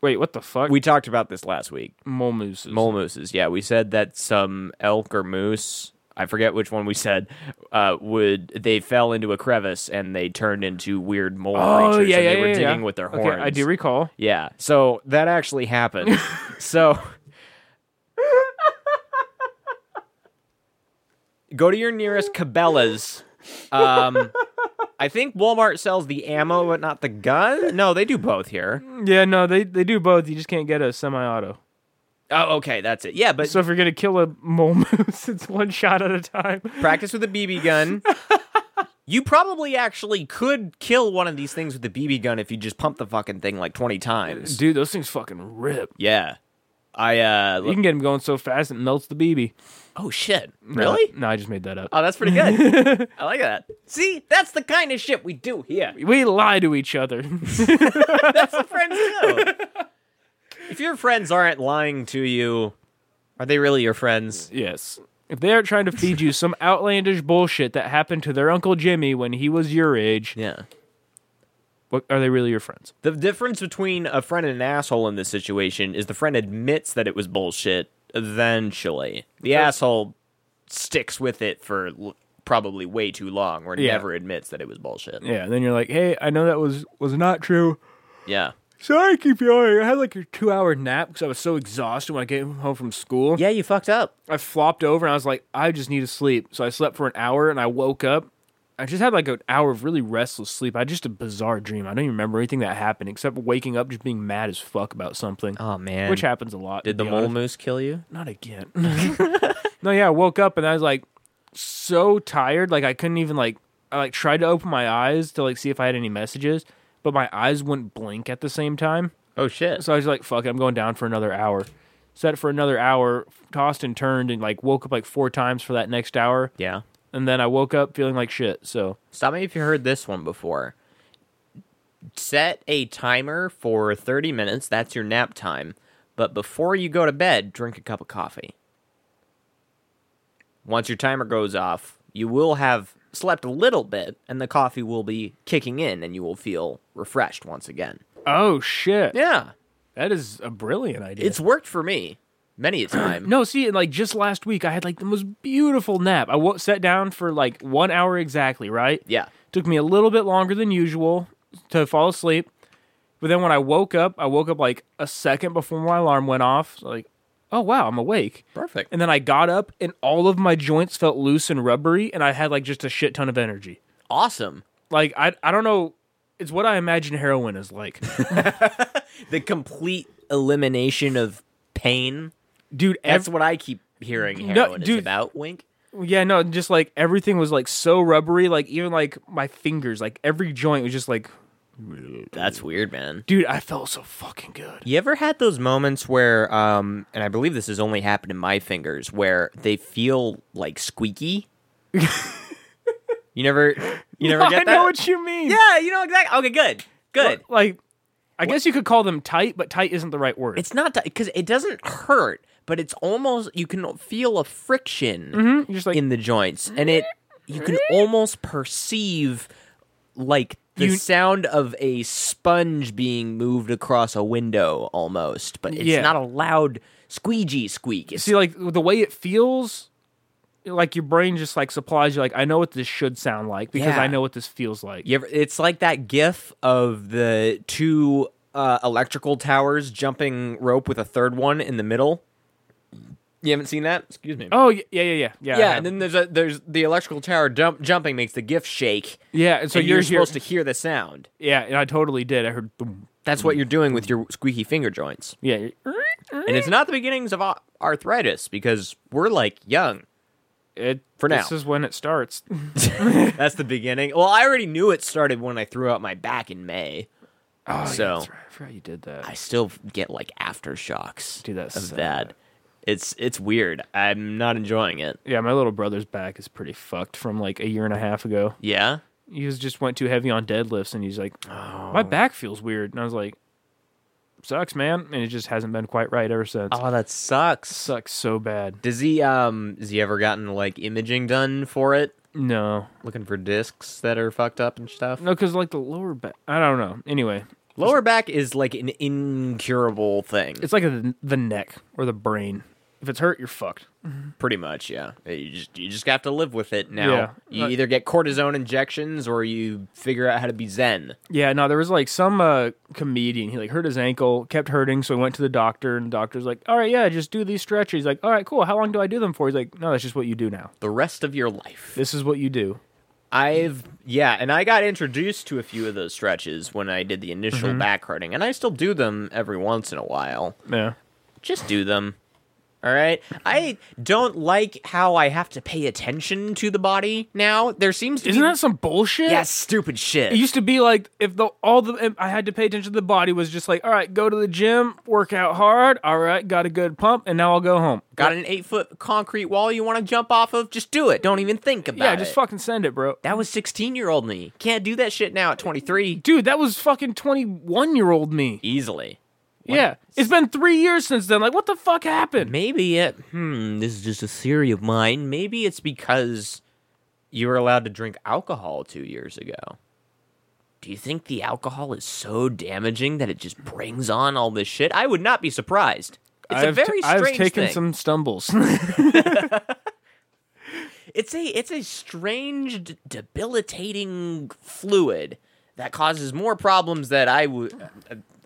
Wait, what the fuck?
We talked about this last week.
mole mooses.
Mole mooses. Yeah, we said that some elk or moose, I forget which one we said, uh, would they fell into a crevice and they turned into weird mole
Oh
creatures
yeah,
and
yeah,
they were
yeah,
digging
yeah.
with their
Okay,
horns.
I do recall.
Yeah. So that actually happened. so go to your nearest Cabela's. Um, I think Walmart sells the ammo, but not the gun. No, they do both here.
Yeah, no, they they do both. You just can't get a semi-auto.
Oh, okay, that's it. Yeah, but
So if you're gonna kill a mole moose, it's one shot at a time.
practice with a BB gun. You probably actually could kill one of these things with a BB gun if you just pump the fucking thing like twenty times.
Dude, those things fucking rip.
Yeah, I uh.
You can get them going so fast it melts the BB.
oh shit!
No,
Really?
No, I just made that up.
Oh, that's pretty good. I like that. See, that's the kind of shit we do here.
we lie to each other.
That's what friends do. If your friends aren't lying to you, are they really your friends?
yes. If they are trying to feed you some outlandish bullshit that happened to their uncle Jimmy when he was your age,
Yeah.
what, are they really your friends?
The difference between a friend and an asshole in this situation is the friend admits that it was bullshit eventually. The asshole sticks with it for l- probably way too long or
Yeah.
never admits that it was bullshit.
Yeah. And then you're like, hey, I know that was was not true.
Yeah.
Sorry, I keep yelling. I had like a two hour nap because I was so exhausted when I came home from school.
Yeah, you fucked up.
I flopped over and I was like, I just need to sleep. So I slept for an hour and I woke up. I just had like an hour of really restless sleep. I had just a bizarre dream. I don't even remember anything that happened except waking up just being mad as fuck about something.
Oh, man.
Which happens a lot.
Did the
to be
mole
honest.
moose kill you?
Not again. no, yeah, I woke up and I was like so tired, like I couldn't even like I like tried to open my eyes to like see if I had any messages, but my eyes wouldn't blink at the same time.
Oh, shit.
So I was like, fuck it, I'm going down for another hour. Set for another hour, tossed and turned, and like woke up like four times for that next hour.
Yeah.
And then I woke up feeling like shit. So
Stop me if you heard this one before. Set a timer for 30 minutes. That's your nap time. But before you go to bed, drink a cup of coffee. Once your timer goes off, you will have slept a little bit and the coffee will be kicking in and you will feel refreshed once again.
oh shit,
Yeah.
that is a brilliant idea.
It's worked for me many a time.
no, see, and, like just last week, I had like the most beautiful nap. I w- sat down for like one hour exactly, right?
Yeah.
Took me a little bit longer than usual to fall asleep. But then when I woke up, I woke up like a second before my alarm went off. So, like, oh wow, I'm awake.
Perfect.
And then I got up and all of my joints felt loose and rubbery and I had like just a shit ton of energy.
Awesome.
Like I I don't know it's what I imagine heroin is like.
The complete elimination of pain.
Dude,
That's
ev-
what I keep hearing
No,
heroin is
dude.
about. Wink.
yeah, no, just like everything was like so rubbery, like even like my fingers, like every joint was just like
That's weird, man.
dude, I felt so fucking good.
You ever had those moments where, um, and I believe this has only happened in my fingers, where they feel like squeaky? you never, you never get
I
that.
know what you mean.
yeah, you know exactly. Okay, good, good.
Like I guess you could call them tight, but tight isn't the right word.
It's not because it doesn't hurt, but but it's almost you can feel a friction
You're just like
in the joints, and it you can almost perceive like the
You-
sound of a sponge being moved across a window almost, but it's
Yeah.
not a loud squeegee squeak. It's
see like the way it feels like your brain just like supplies you like i know what this should sound like because
Yeah.
i know what this feels like
You ever, it's like that gif of the two uh, electrical towers jumping rope with a third one in the middle. You haven't seen that? Excuse me.
oh y- yeah yeah yeah yeah I
yeah,
have.
and then there's a there's the electrical tower jump jumping makes the gif shake.
yeah and
So
so
you're,
here-
supposed to hear the sound.
yeah and i totally did i heard boom.
That's what you're doing
Mm.
with your squeaky finger joints.
yeah
And
Eh.
it's not the beginnings of a- arthritis because we're like young.
it
For now. Oh,
this is when it starts
That's the beginning. Well, I already knew it started when I threw out my back in May.
oh
So-
yeah, that's right. i forgot you did that
I still get like aftershocks
Dude, that's
of
so
that.
bad.
It's it's weird. I'm not enjoying it.
yeah my little brother's back is pretty fucked from like a year and a half ago
Yeah.
he was just went too heavy on deadlifts and he's like my back feels weird and i was like sucks man and it just hasn't been quite right ever since
Oh, that sucks.
sucks so bad
Does he um has he ever gotten like imaging done for it?
no
Looking for discs that are fucked up and stuff.
No, because like the lower back. I don't know. Anyway,
Lower back is like an incurable thing.
it's like a, the neck or the brain. If it's hurt, you're fucked.
pretty much, yeah. Uh, You just you just have to live with it now.
Yeah.
You either get cortisone injections or you figure out how to be zen.
Yeah. No, there was like some uh, comedian. He like hurt his ankle, kept hurting, so he went to the doctor, and the doctor's like, "All right, yeah, just do these stretches." He's like, "All right, cool. How long do I do them for?" He's like, "No, that's just what you do now.
The rest of your life.
This is what you do."
I've yeah, and I got introduced to a few of those stretches when I did the initial
Mm-hmm.
back hurting, and I still do them every once in a while.
Yeah.
Just do them. All right. I don't like how I have to pay attention to the body now. There seems to
Isn't
be
that some bullshit?
yeah, stupid shit.
It used to be like if the all the I had to pay attention to the body was just like all right go to the gym work out hard all right got a good pump and now I'll go home
got an eight foot concrete wall you want to jump off of? Just do it. Don't even think about it.
yeah just fucking send it bro
That was sixteen year old me. Can't do that shit now at twenty three
dude, that was fucking 21 year old me.
easily.
Yeah. It's been three years since then. Like, what the fuck happened?
Maybe it. Hmm. This is just a theory of mine. Maybe it's because you were allowed to drink alcohol two years ago. Do you think the alcohol is so damaging that it just brings on all this shit? I would not be surprised. It's a
I've
very
t- I've
strange
taken
thing.
some stumbles.
It's a it's a strange, d- debilitating fluid that causes more problems that I would.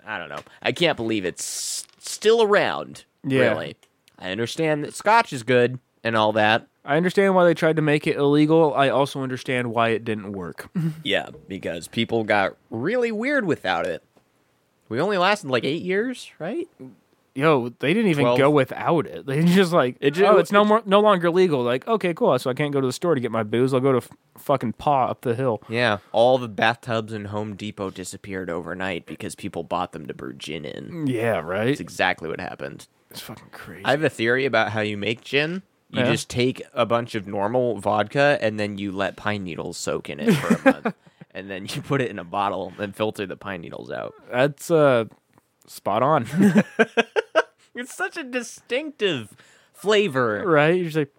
I don't know. I can't believe it's still around.
Yeah.
Really, I understand that scotch is good and all that.
I understand why they tried to make it illegal. I also understand why it didn't work.
Yeah, because people got really weird without it. We only lasted like eight years, right?
Yo, they didn't even
Twelve.
go without it. They just like,
It ju-
oh, it's no more, no longer legal. Like, okay, cool. So I can't go to the store to get my booze. I'll go to f- fucking Pa up the hill.
Yeah. All the bathtubs in Home Depot disappeared overnight because people bought them to brew gin in.
Yeah, right.
It's exactly what happened.
It's fucking crazy.
I have a theory about how you make gin. You
Yeah.
just take a bunch of normal vodka and then you let pine needles soak in it for a month. And then you put it in a bottle and filter the pine needles out.
That's uh, spot on,
It's such a distinctive flavor.
right? You're just like,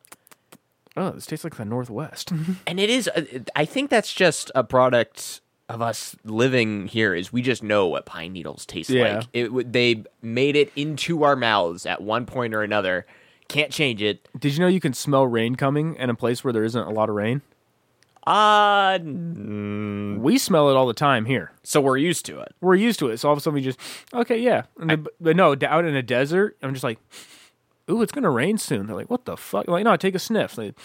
oh, this tastes like the Northwest.
and it is i think that's just a product of us living here is we just know what pine needles taste
Yeah.
like it w- they made it into our mouths at one point or another can't change it
Did you know you can smell rain coming in a place where there isn't a lot of rain?
uh
We smell it all the time here.
so we're used to it
We're used to it. So all of a sudden we just, okay, yeah. And the, but no, d- out in a desert, I'm just like, ooh, it's going to rain soon. They're like, what the fuck? I'm like, no, take a sniff. Like,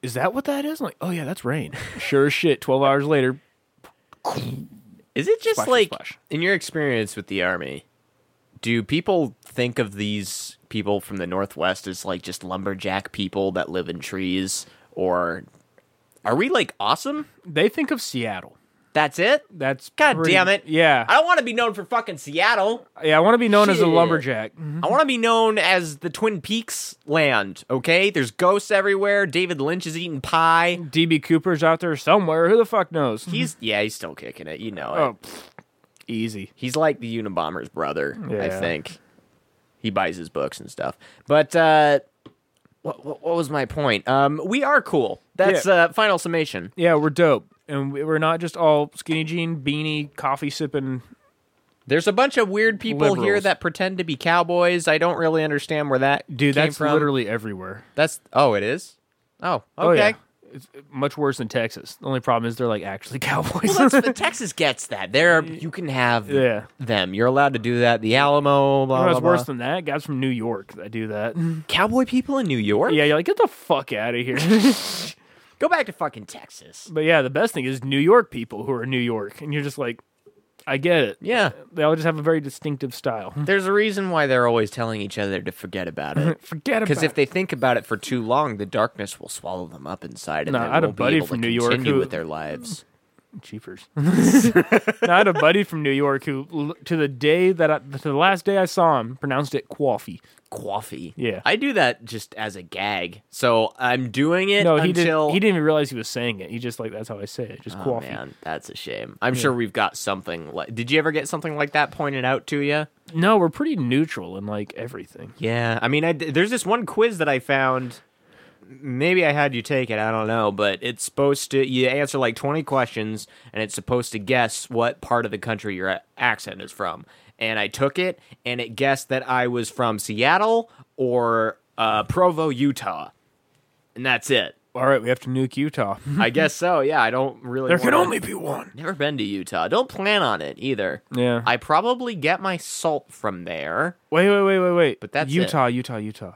is that what that is? I'm like, oh, yeah, that's rain. sure as shit. 12 hours later,
is it just
Splash,
like
splash.
in your experience with the army do people think of these people from the northwest as like just lumberjack people that live in trees or are we like awesome
they think of Seattle.
that's it
That's
God
pretty-
damn it.
Yeah.
I don't want to be known for fucking Seattle.
yeah, I want to be known as a
Shit. Mm-hmm.
lumberjack.
I want to be known as the Twin Peaks land, okay? There's ghosts everywhere. David Lynch is eating pie.
DB Cooper's out there somewhere. Who the fuck knows?
He's, yeah, he's still kicking it. You know it.
oh, pfft, easy.
He's like the Unabomber's brother, I
Yeah.
think. He buys his books and stuff. But uh, what, what, what was my point? Um, we are cool. That's
Yeah.
uh, final summation.
Yeah, we're dope, and we- we're not just all skinny jean, beanie, coffee sipping.
There's a bunch of weird people here
Liberals.
that pretend to be cowboys. I don't really understand where that
Dude,
came
that's
from.
literally everywhere.
that's oh, it is. Oh, okay.
Oh, yeah. It's much worse than Texas. The only problem is they're like actually cowboys.
Well, that's the Texas gets that. There, are- you can have
Yeah.
them. You're allowed to do that. The Alamo, blah
You know
blah.
what's worse
blah. Mm-hmm.
than that? Guys from New York that do that.
cowboy people in New York.
Yeah, you're like, get the fuck out of here.
go back to fucking Texas.
but yeah, the best thing is New York people who are in New York, and you're just like, I get it.
Yeah,
They all just have a very distinctive style.
there's a reason why they're always telling each other to forget about it.
Forget about
Because if they think about it for too long, the darkness will swallow them up inside, and
No,
they
I had a
won't
buddy
be able
from
to
New York
continue
who-
with their lives.
cheapers. I had a buddy from New York who, l- to the day that I, to the last day I saw him, pronounced it quaffy.
Coffee.
Yeah.
I do that just as a gag. So I'm doing it
No, he
until
didn't. He didn't even realize he was saying it. He just like that's how I say it, just
Oh
quaffy.
man, that's a shame. I'm sure we've got something. like Did you ever get something like that pointed out to you?
No, we're pretty neutral in like everything.
Yeah, I mean, I d there's this one quiz that I found. Maybe I had you take it. I don't know, but it's supposed to you answer like 20 questions, and it's supposed to guess what part of the country your a- accent is from. And I took it, and it guessed that I was from Seattle or uh, Provo, Utah, and that's it.
All right, we have to nuke Utah.
I guess so. Yeah, I don't really.
there can
wanna-
only be one.
Never been to Utah. Don't plan on it either.
Yeah.
I probably get my salt from there.
Wait, wait, wait, wait, wait.
But that's it.
Utah, Utah, Utah.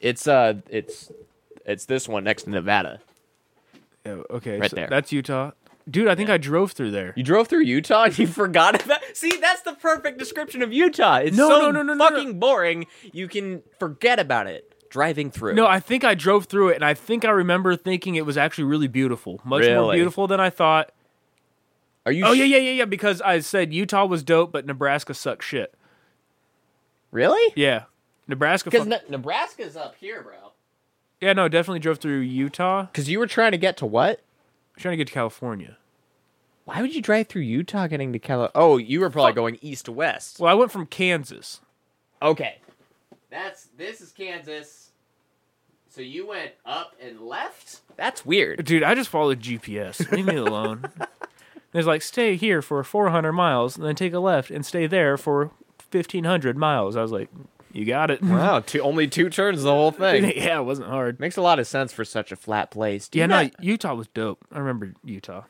It's uh it's it's this one next to Nevada.
Yeah, okay,
Right
so
there.
That's Utah, dude. I think I drove through there.
You drove through Utah and you forgot about See, that's the perfect description of Utah. It's
No,
so
no, no, no, no,
fucking boring. You can forget about it driving through.
No, I think I drove through it, and I think I remember thinking it was actually really beautiful, much more
Really?
beautiful than I thought.
Are you
Oh
sh-
yeah, yeah, yeah, yeah. Because I said Utah was dope, but Nebraska sucks shit.
Really?
Yeah, Nebraska.
Cuz
fuck-
Nebraska's up here, bro.
yeah, no, definitely drove through Utah.
Cuz you were trying to get to what?
trying to get to California.
Why would you drive through Utah getting to Cali? Oh, you were probably going east to west.
Well, I went from Kansas.
Okay. That's this is Kansas. So you went up and left? That's weird.
Dude, I just followed GPS. Leave me alone. There's like, stay here for 400 miles and then take a left and stay there for 1,500 miles. I was like, you got it.
Wow, two, only two turns the whole thing.
yeah, it wasn't hard.
Makes a lot of sense for such a flat place. Do
Yeah,
you
no,
not-
Utah was dope. I remember Utah.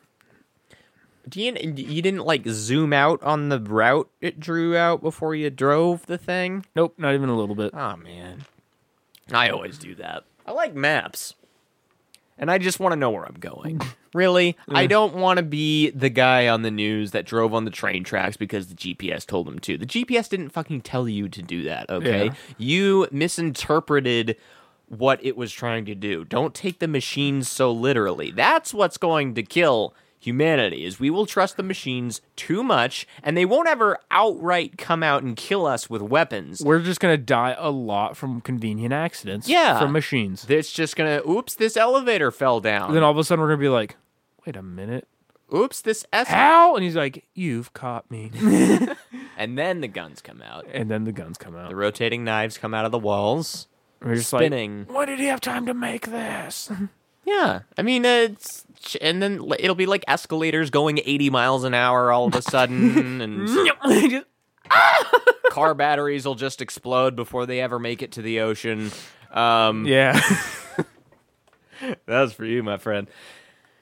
do you you didn't like zoom out on the route it drew out before you drove the thing?
Nope, not even a little bit.
Oh man. I always do that. I like maps. And I just want to know where I'm going. Really? I don't want to be the guy on the news that drove on the train tracks because the GPS told him to. The GPS didn't fucking tell you to do that, okay?
Yeah.
You misinterpreted what it was trying to do. Don't take the machines so literally. That's what's going to kill humanity is we will trust the machines too much and they won't ever outright come out and kill us with weapons.
We're just going to die a lot from convenient accidents.
Yeah.
From machines.
It's just gonna. Oops, this elevator fell down.
then all of a sudden, we're going to be like, wait a minute.
oops, this S.
How? And he's like, you've caught me.
And then the guns come out.
and then the guns come out.
The rotating knives come out of the walls.
We're just
spinning.
like, why did he have time to make this?
Yeah, I mean it's. And then l- it'll be like escalators going 80 miles an hour all of a sudden, and car batteries will just explode before they ever make it to the ocean. Um,
yeah.
that was for you, my friend.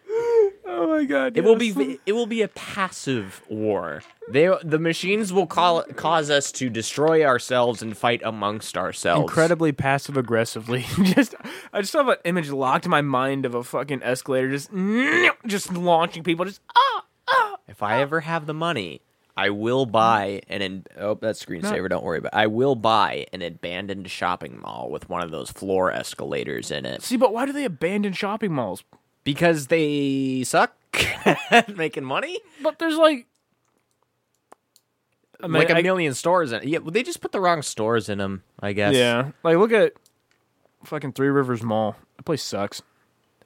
oh my god.
It will be it will be a passive war. They the machines will call, cause us to destroy ourselves and fight amongst ourselves.
incredibly passive aggressively. just I just have an image locked in my mind of a fucking escalator just just launching people just
If I ever have the money, I will buy an in- oh that's screensaver. Don't worry about. It. I will buy an abandoned shopping mall with one of those floor escalators in it
See, but why do they abandon shopping malls?
because they suck at making money.
But there's like I mean,
like a
I-
million stores in. It. Yeah, well, they just put the wrong stores in them. I guess.
Yeah. Like look at fucking Three Rivers Mall. That place sucks.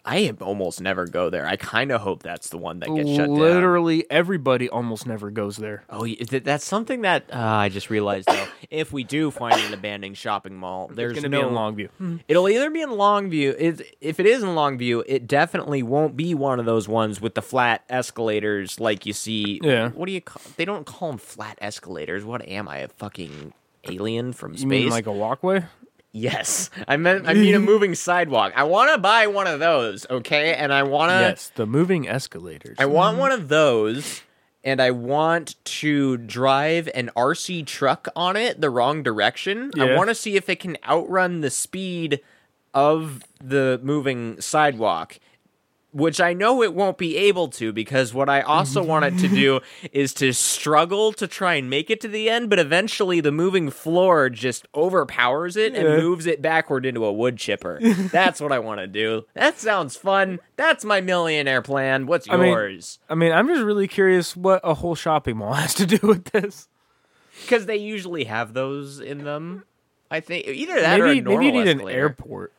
I am almost never go there. I kind of hope that's the one that gets shut down.
Literally everybody almost never goes there.
Oh, y- th- that's something that uh, I just realized. Though, if we do find an abandoned shopping mall, there's
it's gonna
no
be in Longview.
It'll either be in Longview. It, if it is in Longview, it definitely won't be one of those ones with the flat escalators like you see.
Yeah.
What do you call? They don't call them flat escalators. What am I, a fucking alien from space?
You mean like a walkway?
yes, I meant I mean a moving sidewalk. I want to buy one of those, okay? And I want to.
yes, the moving escalators.
Uh, I want one of those, and I want to drive an RC truck on it the wrong direction. I
Yeah.
want to see if it can outrun the speed of the moving sidewalk. Which I know it won't be able to because what I also want it to do is to struggle to try and make it to the end, but eventually the moving floor just overpowers it and moves it backward into a wood chipper. That's what I want to do. That sounds fun. That's my millionaire plan. What's
I mean-
yours?
I mean, I'm just really curious what a whole shopping mall has to do with this.
Because they usually have those in them. I think either that or
Maybe
a normal
maybe you need an
escalator.
airport,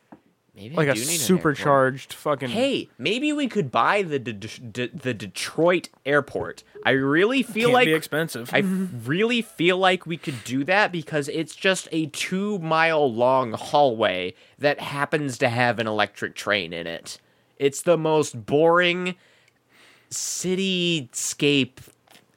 Maybe I
like a
do need an airport.
supercharged fucking.
Hey, maybe we could buy the de- de- the Detroit airport. I really feel
Can't
like
be expensive.
I really feel like we could do that because it's just a two mile long hallway that happens to have an electric train in it. It's the most boring cityscape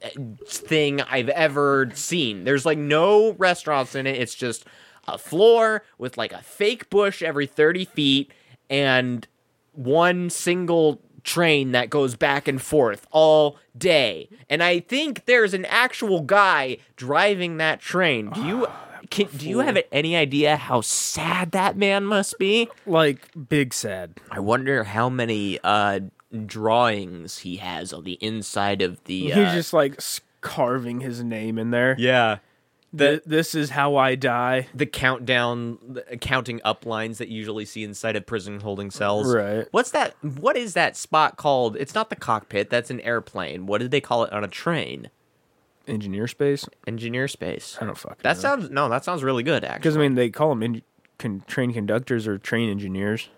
uh, thing I've ever seen. There's like no restaurants in it. It's just a floor with like a fake bush every 30 feet and one single train that goes back and forth all day. And I think there's an actual guy driving that train. Do you can, do you have any idea how sad that man must be?
like big sad.
I wonder how many uh drawings he has on the inside of the uh,
He's just like s- carving his name in there.
yeah.
Th- this is how I die.
the countdown the uh, counting up lines that you usually see inside of prison holding cells.
Right.
What's that what is that spot called? It's not the cockpit, that's an airplane. What did they call it on a train?
Engineer space.
Engineer space.
I don't fucking.
That sounds no, that sounds really good actually.
because I mean they call them in- con- train conductors or train engineers.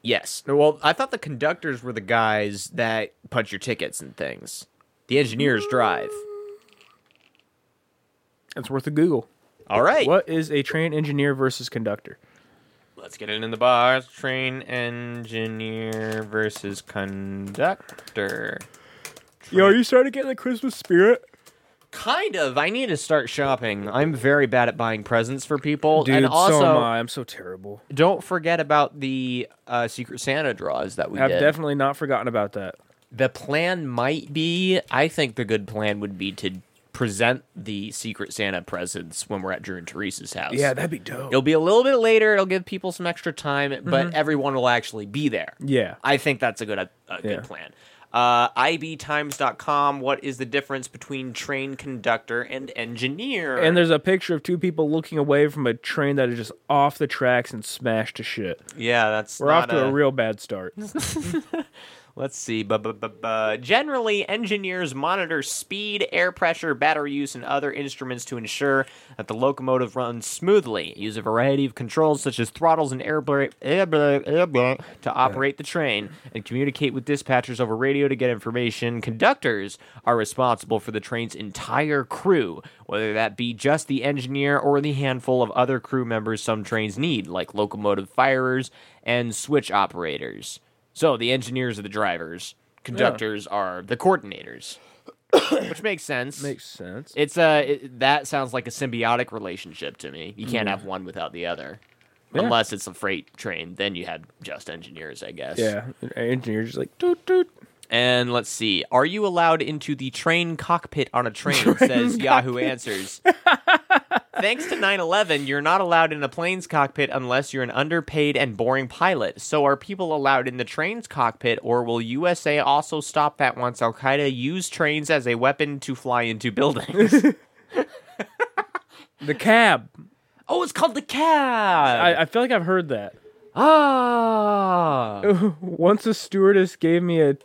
Yes. No, Well, I thought the conductors were the guys that punch your tickets and things. The engineers drive.
It's worth a Google.
All right.
What is a train engineer versus conductor?
Let's get it in the box. Train engineer versus conductor.
Yo, you started getting the Christmas spirit.
Kind of. I need to start shopping. I'm very bad at buying presents for people.
Dude,
and also,
so am I. I'm so terrible.
don't forget about the uh, Secret Santa draws that we
I've
did.
definitely not forgotten about that.
the plan might be, I think the good plan would be to present the Secret Santa presents when we're at Drew and Teresa's house.
that'd be dope.
It'll be a little bit later. It'll give people some extra time, but everyone will actually be there.
Mm-hmm. Yeah.
I think that's a good a, a
Yeah.
good plan. Uh, IBTimes.com. What is the difference between train conductor and engineer?
and there's a picture of two people looking away from a train that is just off the tracks and smashed to shit.
yeah, that's
We're off
not
to a real bad start.
Let's see. Bu- bu- bu- bu- Generally, engineers monitor speed, air pressure, battery use, and other instruments to ensure that the locomotive runs smoothly. Use a variety of controls such as throttles and air brake air bra- air bra- to operate the train and communicate with dispatchers over radio to get information. Conductors are responsible for the train's entire crew, whether that be just the engineer or the handful of other crew members some trains need, like locomotive firers and switch operators. So the engineers are the drivers, conductors are the coordinators, which makes sense.
Makes sense.
it's a it, that sounds like a symbiotic relationship to me. You
Mm-hmm.
can't have one without the other, unless it's a freight train. Then you have just engineers, I guess.
Yeah, an engineer's just like doot doot.
And let's see. Are you allowed into the train cockpit on a train? says Yahoo Answers. Thanks to 9 11, you're not allowed in a plane's cockpit unless you're an underpaid and boring pilot. So, are people allowed in the train's cockpit, or will USA also stop that once Al Qaeda used trains as a weapon to fly into buildings?
The cab.
oh, it's called the cab!
I, I feel like I've heard that.
ah!
Once a stewardess gave me a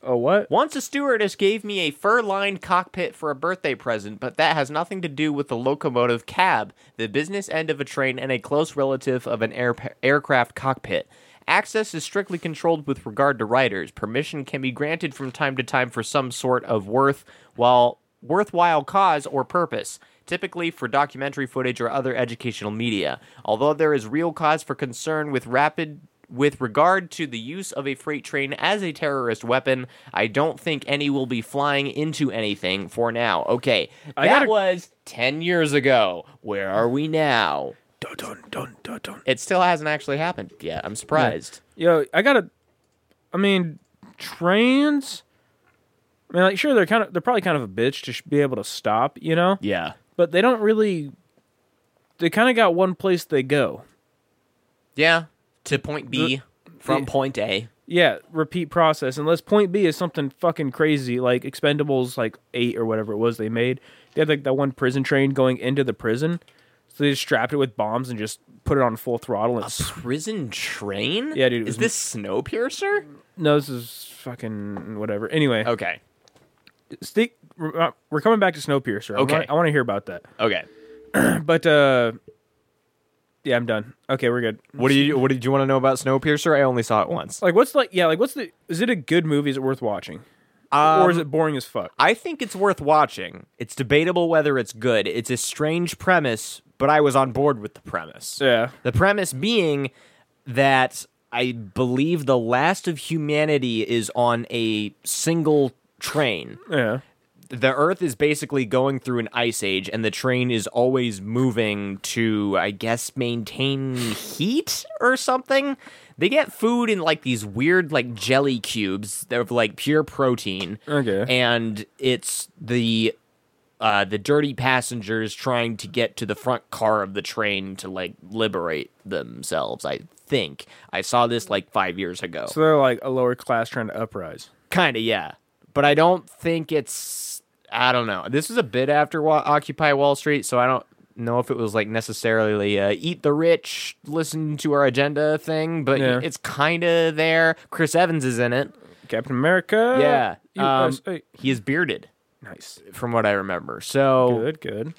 a what?
Once a stewardess gave me a fur lined cockpit for a birthday present, but that has nothing to do with the locomotive cab, the business end of a train, and a close relative of an air- aircraft cockpit. Access is strictly controlled with regard to writers. Permission can be granted from time to time for some sort of worth, while worthwhile cause or purpose, typically for documentary footage or other educational media. Although there is real cause for concern with rapid with regard to the use of a freight train as a terrorist weapon, I don't think any will be flying into anything for now. Okay, that
gotta-
was 10 years ago. Where are we now?
Dun, dun, dun, dun, dun.
It still hasn't actually happened yet. I'm surprised.
Yo, I gotta. I mean, trans. I mean, like, sure, they're kind of they're probably kind of a bitch to sh- be able to stop, you know.
Yeah.
But they don't really. They kind of got one place they go.
Yeah. To point B from point A.
Yeah, repeat process. Unless point B is something fucking crazy, like Expendables, like eight or whatever it was they made. They had like that one prison train going into the prison, so they just strapped it with bombs and just put it on full throttle. And s-
Prison train?
Yeah, dude, it
Is
was-
this Snowpiercer?
no, this is fucking whatever. Anyway,
Okay.
stick. We're uh, we're coming back to Snowpiercer. I
Okay.
wanna- I want to hear about that.
Okay.
But uh yeah, I'm done. Okay, we're good.
What do you what did you want to know about Snowpiercer? I only saw it once.
Like, what's like? Yeah, like, what's the? Is it a good movie? Is it worth watching? or is
Um,
it boring as fuck?
I think it's worth watching. It's debatable whether it's good. It's a strange premise, but I was on board with the premise.
Yeah.
The premise being that I believe the last of humanity is on a single train.
Yeah.
the earth is basically going through an ice age and the train is always moving to i guess maintain heat or something they get food in like these weird like jelly cubes of like pure protein
Okay.
and it's the uh, the dirty passengers trying to get to the front car of the train to like liberate themselves i think i saw this like five years ago
So they're like a lower class trying to uprise.
Kind of, yeah. But I don't think it's. I don't know. This is a bit after Wa- Occupy Wall Street, so I don't know if it was like necessarily uh, eat the rich, listen to our agenda thing, but
Yeah.
it's kind of there. Chris Evans is in it.
Captain America.
yeah.
uh,
Um,
USA.
he is bearded,
nice.
from what I remember. So
Good. Good.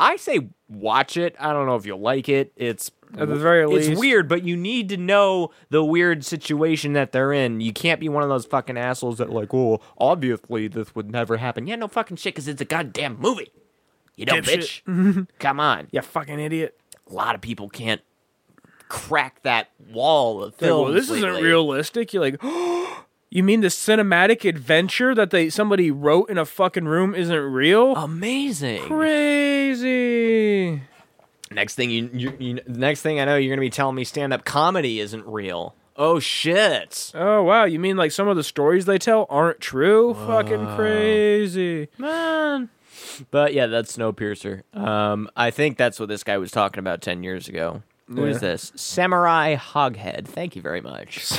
I say watch it. I don't know if you'll like it. It's.
At the very least-
it's weird, but you need to know the weird situation that they're in. You can't be one of those fucking assholes that like, oh, obviously this would never happen. Yeah, no fucking shit, because it's a goddamn movie. You know,
Dipshit.
bitch. Come on,
Yeah, fucking idiot.
a lot of people can't crack that wall of
Like,
film.
well, this isn't realistic. You're like, you mean the cinematic adventure that they somebody wrote in a fucking room isn't real?
Oh, Amazing.
Crazy.
Next thing you, you, you, next thing I know, you're gonna be telling me stand up comedy isn't real. Oh shit.
Oh wow, you mean like some of the stories they tell aren't true? Fucking crazy.
man. But yeah, that's Snowpiercer. Um, I think that's what this guy was talking about ten years ago. Who is this? Samurai Hoghead. Thank you very much.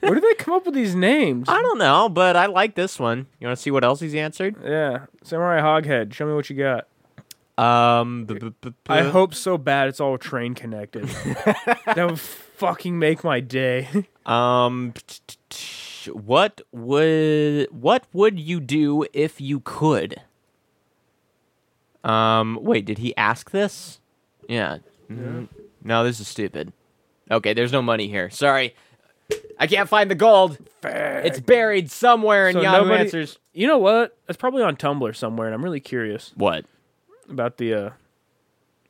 Where do they come up with these names?
I don't know, but I like this one. You want to see what else he's answered?
Yeah, Samurai Hoghead. Show me what you got.
Um, b- b- b-
I
b-
hope so bad it's all train connected. that would fucking make my day.
um, t- t- t- what would what would you do if you could? Um, wait, did he ask this? Yeah. Mm. No, this is stupid. Okay, there's no money here. Sorry. I can't find the gold. It's buried somewhere in
So
Yahoo
nobody-
Answers.
You know what? That's probably on Tumblr somewhere, and I'm really curious
What?
about the. uh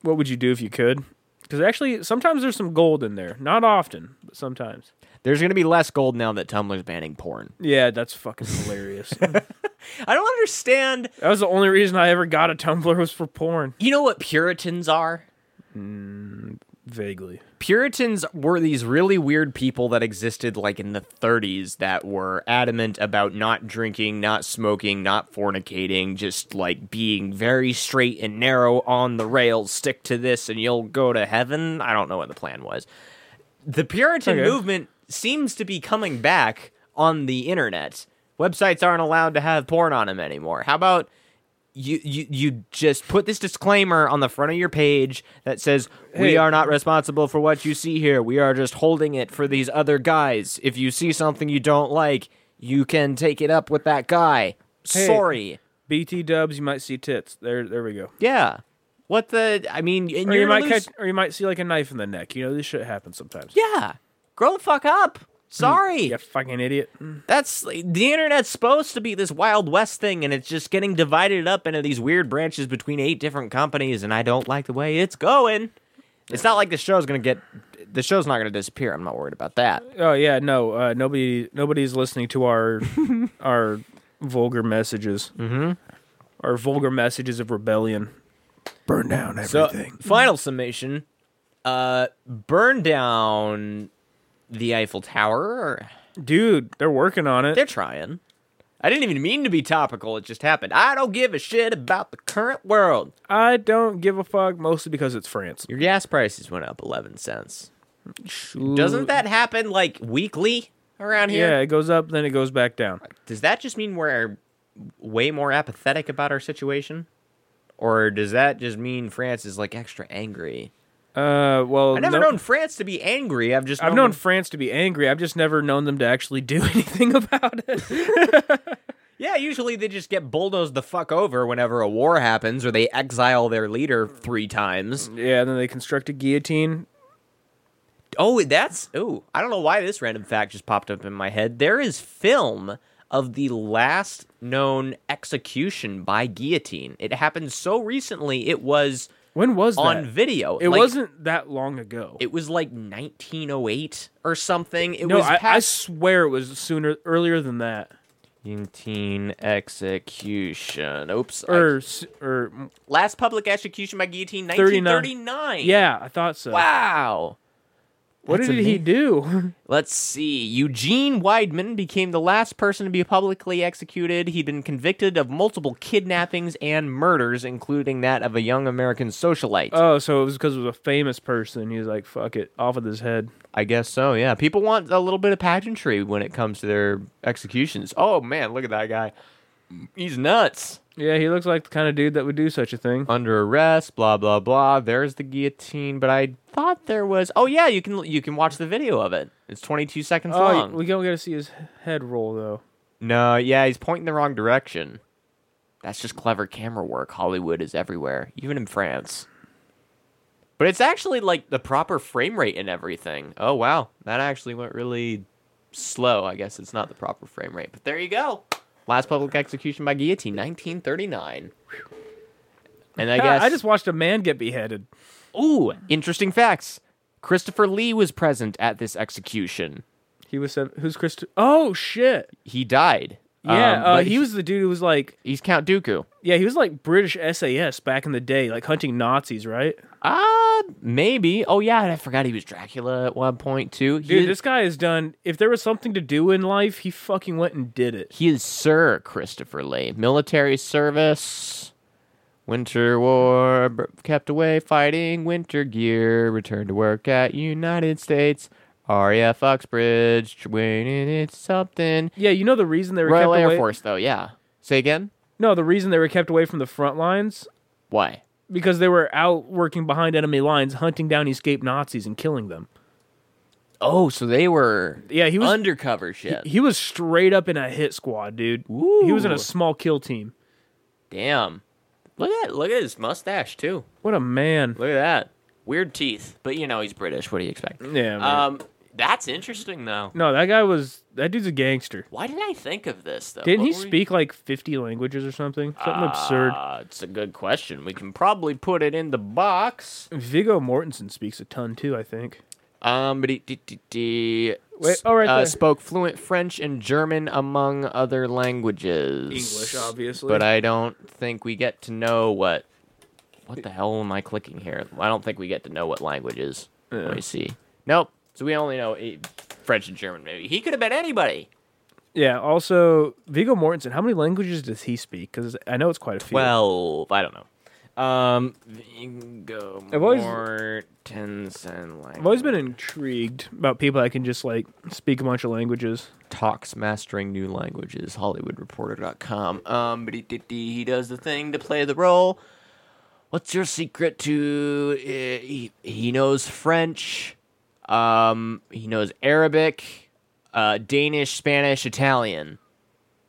What would you do if you could? Because actually, sometimes there's some gold in there. Not often, but sometimes.
There's going to be less gold now that Tumblr's banning porn.
Yeah, that's fucking hilarious. that
I don't understand.
was the only reason I ever got a Tumblr was for porn.
You know what Puritans are?
Vaguely.
Puritans were these really weird people that existed like in the 30s that were adamant about not drinking, not smoking, not fornicating, just like being very straight and narrow on the rails. Stick to this and you'll go to heaven. I don't know what the plan was. The Puritan
Okay.
movement seems to be coming back on the internet. Websites aren't allowed to have porn on them anymore. How about you you you just put this disclaimer on the front of your page that says we
Hey.
are not responsible for what you see here. We are just holding it for these other guys. If you see something you don't like, you can take it up with that guy.
Hey.
Sorry.
BT dubs, you might see tits. There, there we go.
Yeah. What the? I mean, and
Or
you're
you might
gonna lose-
catch, or you might see like a knife in the neck. You know, this shit happens sometimes.
Yeah, grow the fuck
Hmm.
up. Sorry,
You fucking idiot.
that's the internet's supposed to be this wild west thing, and it's just getting divided up into these weird branches between eight different companies, and I don't like the way it's going. It's not like the show's gonna get. The show's not gonna disappear. I'm not worried about that.
Oh yeah, no, uh, nobody, nobody's listening to our our vulgar messages. Mm-hmm. Our vulgar messages of rebellion. Burn down
So, final summation: uh, burn down the Eiffel Tower. Or,
dude. They're working on it.
they're trying. I didn't even mean to be topical. It just happened. I don't give a shit about the current world.
I don't give a fuck, mostly because it's France.
Your gas prices went up 11 cents. Doesn't that happen like weekly around here?
Yeah, it goes up, then it goes back down.
Does that just mean we're uh, way more apathetic about our situation? Or does that just mean France is like extra angry?
Uh, well,
I've never
no-
known France to be angry. I've just
I've known
them-
France to be angry. I've just never known them to actually do anything about it.
Yeah, usually they just get bulldozed the fuck over whenever a war happens or they exile their leader three times.
yeah, and then they construct a guillotine.
Oh, that's oh, I don't know why this random fact just popped up in my head. There is film of the last known execution by guillotine. It happened so recently. It was
When was that?
on video.
It
Like,
wasn't that long ago.
It was like 1908 or something. It
no,
was
I, I
past
swear it was sooner, earlier than that,
guillotine execution. Oops. I-
or s- or mm,
last public execution by guillotine
39.
1939.
yeah, I thought so.
Wow.
what
that's
did he
amazing.
do?
Let's see. Eugene Weidman became the last person to be publicly executed. He'd been convicted of multiple kidnappings and murders, including that of a young American socialite.
oh, so it was because it was a famous person. He was like, "Fuck it, off with his head."
I guess so, yeah. People want a little bit of pageantry when it comes to their executions. Oh, man, look at that guy. He's nuts.
Yeah, he looks like the kind of dude that would do such a thing.
Under arrest, blah blah blah. There's the guillotine, but I thought there was. Oh yeah, you can you can watch the video of it. It's 22 seconds
Oh,
long.
we don't get to see his head roll though.
No, yeah, he's pointing the wrong direction. That's just clever camera work. Hollywood is everywhere, even in France. But it's actually like the proper frame rate and everything. Oh wow, that actually went really slow. I guess it's not the proper frame rate, but there you go. Last public execution by guillotine, 1939. And I
Yeah,
guess
I just watched a man get beheaded.
ooh, interesting facts. Christopher Lee was present at this execution.
He was seven, who's Chris? Oh shit!
He died.
Yeah,
Um,
uh,
but
he was the dude who was like,
He's Count Dooku.
yeah, he was like British SAS back in the day, like hunting Nazis, right?
Ah, maybe. Oh yeah, and I forgot he was Dracula at one point too. He
Dude,
is,
this guy has done. If there was something to do in life, he fucking went and did it.
he is Sir Christopher Lee, military service, Winter War, br- kept away fighting winter gear, returned to work at United States RAF Uxbridge, training it's something.
Yeah, you know the reason they were
Royal
kept
Air
away.
Force though, yeah. Say again.
No, the reason they were kept away from the front lines
Why?
because they were out working behind enemy lines, hunting down escaped Nazis and killing them.
Oh, so they were
Yeah, he was
undercover shit.
he was straight up in a hit squad, dude. He was in
Ooh.
a small kill team.
Damn. Look at look at his mustache too.
What a man!
Look at that. Weird teeth, but you know he's British. What do you expect?
Yeah. man.
Um, that's interesting though.
no, that guy was that dude's a gangster.
Why did I think of this though?
Didn't he
What were we-
speak like 50 languages or something? Something absurd.
Uh, it's a good question. We can probably put it in the box.
Vigo Mortensen speaks a ton too, I think.
Um, but he de- de- de-
Wait,
s-
oh, right
uh,
there.
spoke fluent French and German among other languages.
English, obviously.
But I don't think we get to know what. What the hell am I clicking here? I don't think we get to know what languages. Let me see. Nope. So we only know eh, French and German. Maybe he could have been anybody.
Yeah, also Vigo Mortensen, how many languages does he speak? Cuz I know it's quite a few.
Twelve. I don't know. Um, Vingo
I've always-
Mortensen. Like,
I've always been intrigued about people that can just like speak a bunch of languages.
talks mastering new languages. HollywoodReporter.com. Um, but he, did the- he does the thing to play the role. What's your secret to? Uh, he, he knows French. Um, he knows Arabic, uh, Danish, Spanish, Italian.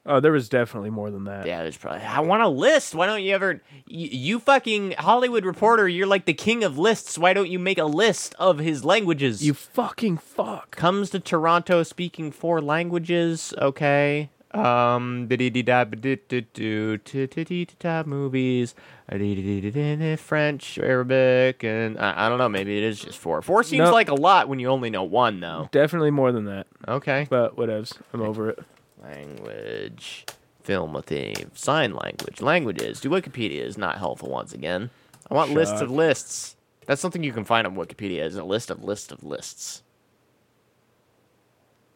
Oh, there was definitely more than that.
Yeah, there's probably. I want a list. Why don't you ever? You, you fucking Hollywood reporter. You're like the king of lists. Why don't you make a list of his languages?
You fucking fuck.
comes to Toronto speaking four languages. Okay. Um, da-dee-dee-da, ba-dee-doo-doo, ta-ta-dee-da-da, movies, a-dee-dee-dee-dee-dee, French, Arabic, and I, I don't know. Maybe it is just four. Four seems
No.
like a lot when you only know one, though.
Definitely more than that.
Okay.
But whatevs. I'm over it.
Language, film with a sign language, languages. Do Wikipedia is not helpful once again. I want lists of lists. That's something you can find on Wikipedia is a list of list of lists.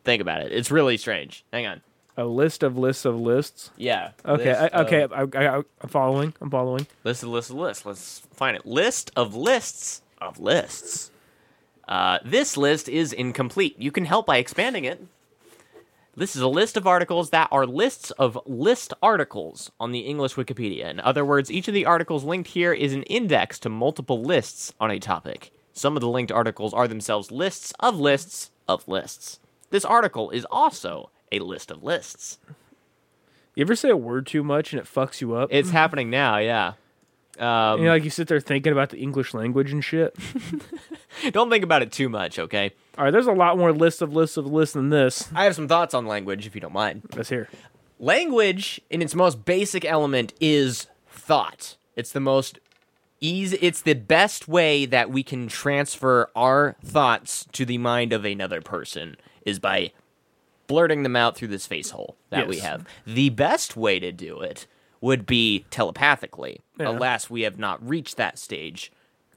Think about it. It's really strange. Hang on.
A list of lists of lists.
Yeah.
Okay,
list
I, okay,
Of,
I, I, I, I'm following. I'm following.
list of list of lists. Let's find it. List of lists of lists. Uh, this list is incomplete. You can help by expanding it. This is a list of articles that are lists of list articles on the English Wikipedia. In other words, each of the articles linked here is an index to multiple lists on a topic. Some of the linked articles are themselves lists of lists of lists. This article is also a list of lists.
You ever say a word too much and it fucks you up?
It's happening now, yeah. Um,
you know, like you sit there thinking about the English language and shit.
Don't think about it too much, okay?
All right, there's a lot more lists of lists of lists than this.
I have some thoughts on language, if you don't mind.
Let's hear.
Language, in its most basic element, is thought. It's the most easy, it's the best way that we can transfer our thoughts to the mind of another person is by blurting them out through this face hole that we
Yes.
have. The best way to do it would be telepathically.
Yeah.
Alas, we have not reached that stage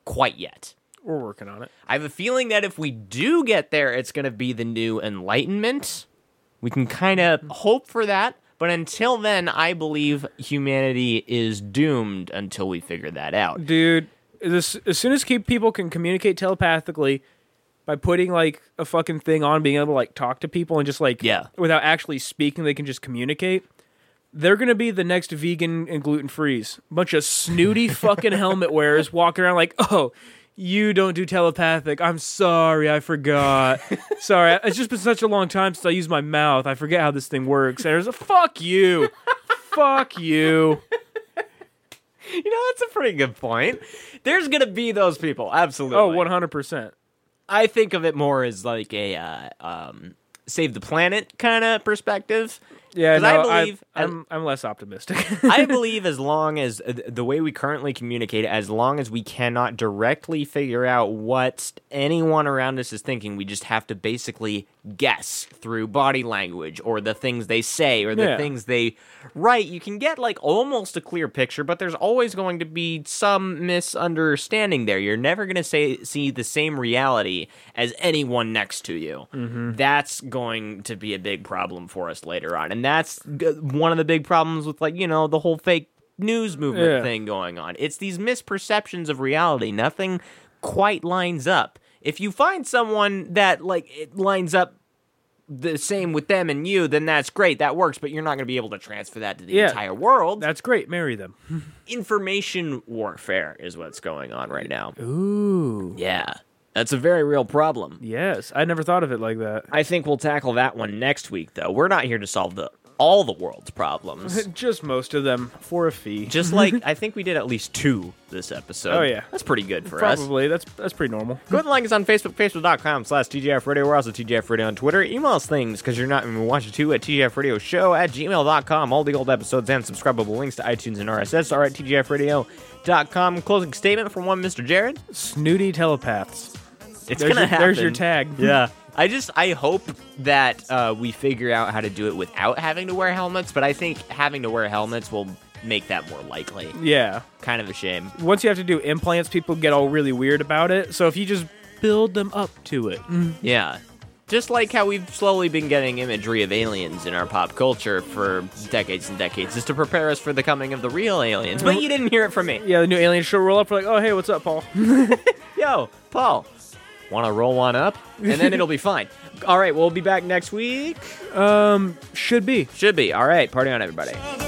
quite yet.
We're working on it.
I have a feeling that if we do get there, it's going to be the new enlightenment. We can kind of hope for that. But until then, I believe humanity is doomed until we figure that out.
Dude, this, as soon as keep people can communicate telepathically by putting like a fucking thing on, being able to like talk to people and just like,
Yeah.
without actually speaking, they can just communicate. They're gonna be the next vegan and gluten frees. Bunch of snooty fucking helmet wearers walking around like, oh, you don't do telepathic. I'm sorry, I forgot. sorry, it's just been such a long time since I used my mouth. I forget how this thing works. And there's a fuck you, fuck you.
You know, that's a pretty good point. There's going to be those people. Absolutely.
Oh, 100 percent.
I think of it more as like a uh, um, save the planet kind of perspective.
Yeah,
'Cause I
no, I
believe-
am I'm less optimistic.
I believe as long as uh, the way we currently communicate, as long as we cannot directly figure out what anyone around us is thinking, we just have to basically guess through body language or the things they say or the
Yeah.
things they write. You can get like almost a clear picture, but there's always going to be some misunderstanding there. You're never going to say see the same reality as anyone next to you.
Mm-hmm.
That's going to be a big problem for us later on, and that's g- one of the big problems with like you know the whole fake news movement
Yeah.
thing going on. It's these misperceptions of reality. Nothing quite lines up. If you find someone that like it lines up the same with them and you, then that's great. That works, but you're not going to be able to transfer that to the
Yeah.
entire world.
That's great. Marry them.
Information warfare is what's going on right now. Ooh. Yeah. That's a very real problem.
Yes, I never thought of it like that.
I think we'll tackle that one next week, though. We're not here to solve the all the world's problems.
Just most of them for a fee.
Just like I think we did at least two this episode.
Oh, yeah.
that's pretty good for us.
Probably. That's that's pretty normal.
Go ahead and like us on Facebook, facebook.com slash TGF Radio. We're also TGF Radio on Twitter. Email us things because you're not even watching too at TGF Radio Show at gmail.com. All the old episodes and subscribable links to iTunes and RSS are at TGFradio.com. Closing statement from one Mr. Jared.
Snooty telepaths.
It's
There's
gonna
your,
happen.
there's your tag.
Yeah. I just I hope that uh, we figure out how to do it without having to wear helmets, but I think having to wear helmets will make that more likely.
Yeah.
Kind of a shame.
Once you have to do implants, people get all really weird about it. So if you just build them up to it.
Yeah. Just like how we've slowly been getting imagery of aliens in our pop culture for decades and decades, is to prepare us for the coming of the real aliens. But you didn't hear it from me.
Yeah, the new alien show roll up. We're like, oh hey, what's up, Paul?
Yo, Paul, want to roll one up? And then it'll be fine. All right, we'll be back next week.
Should be.
Should be. All right, party on, everybody.
Other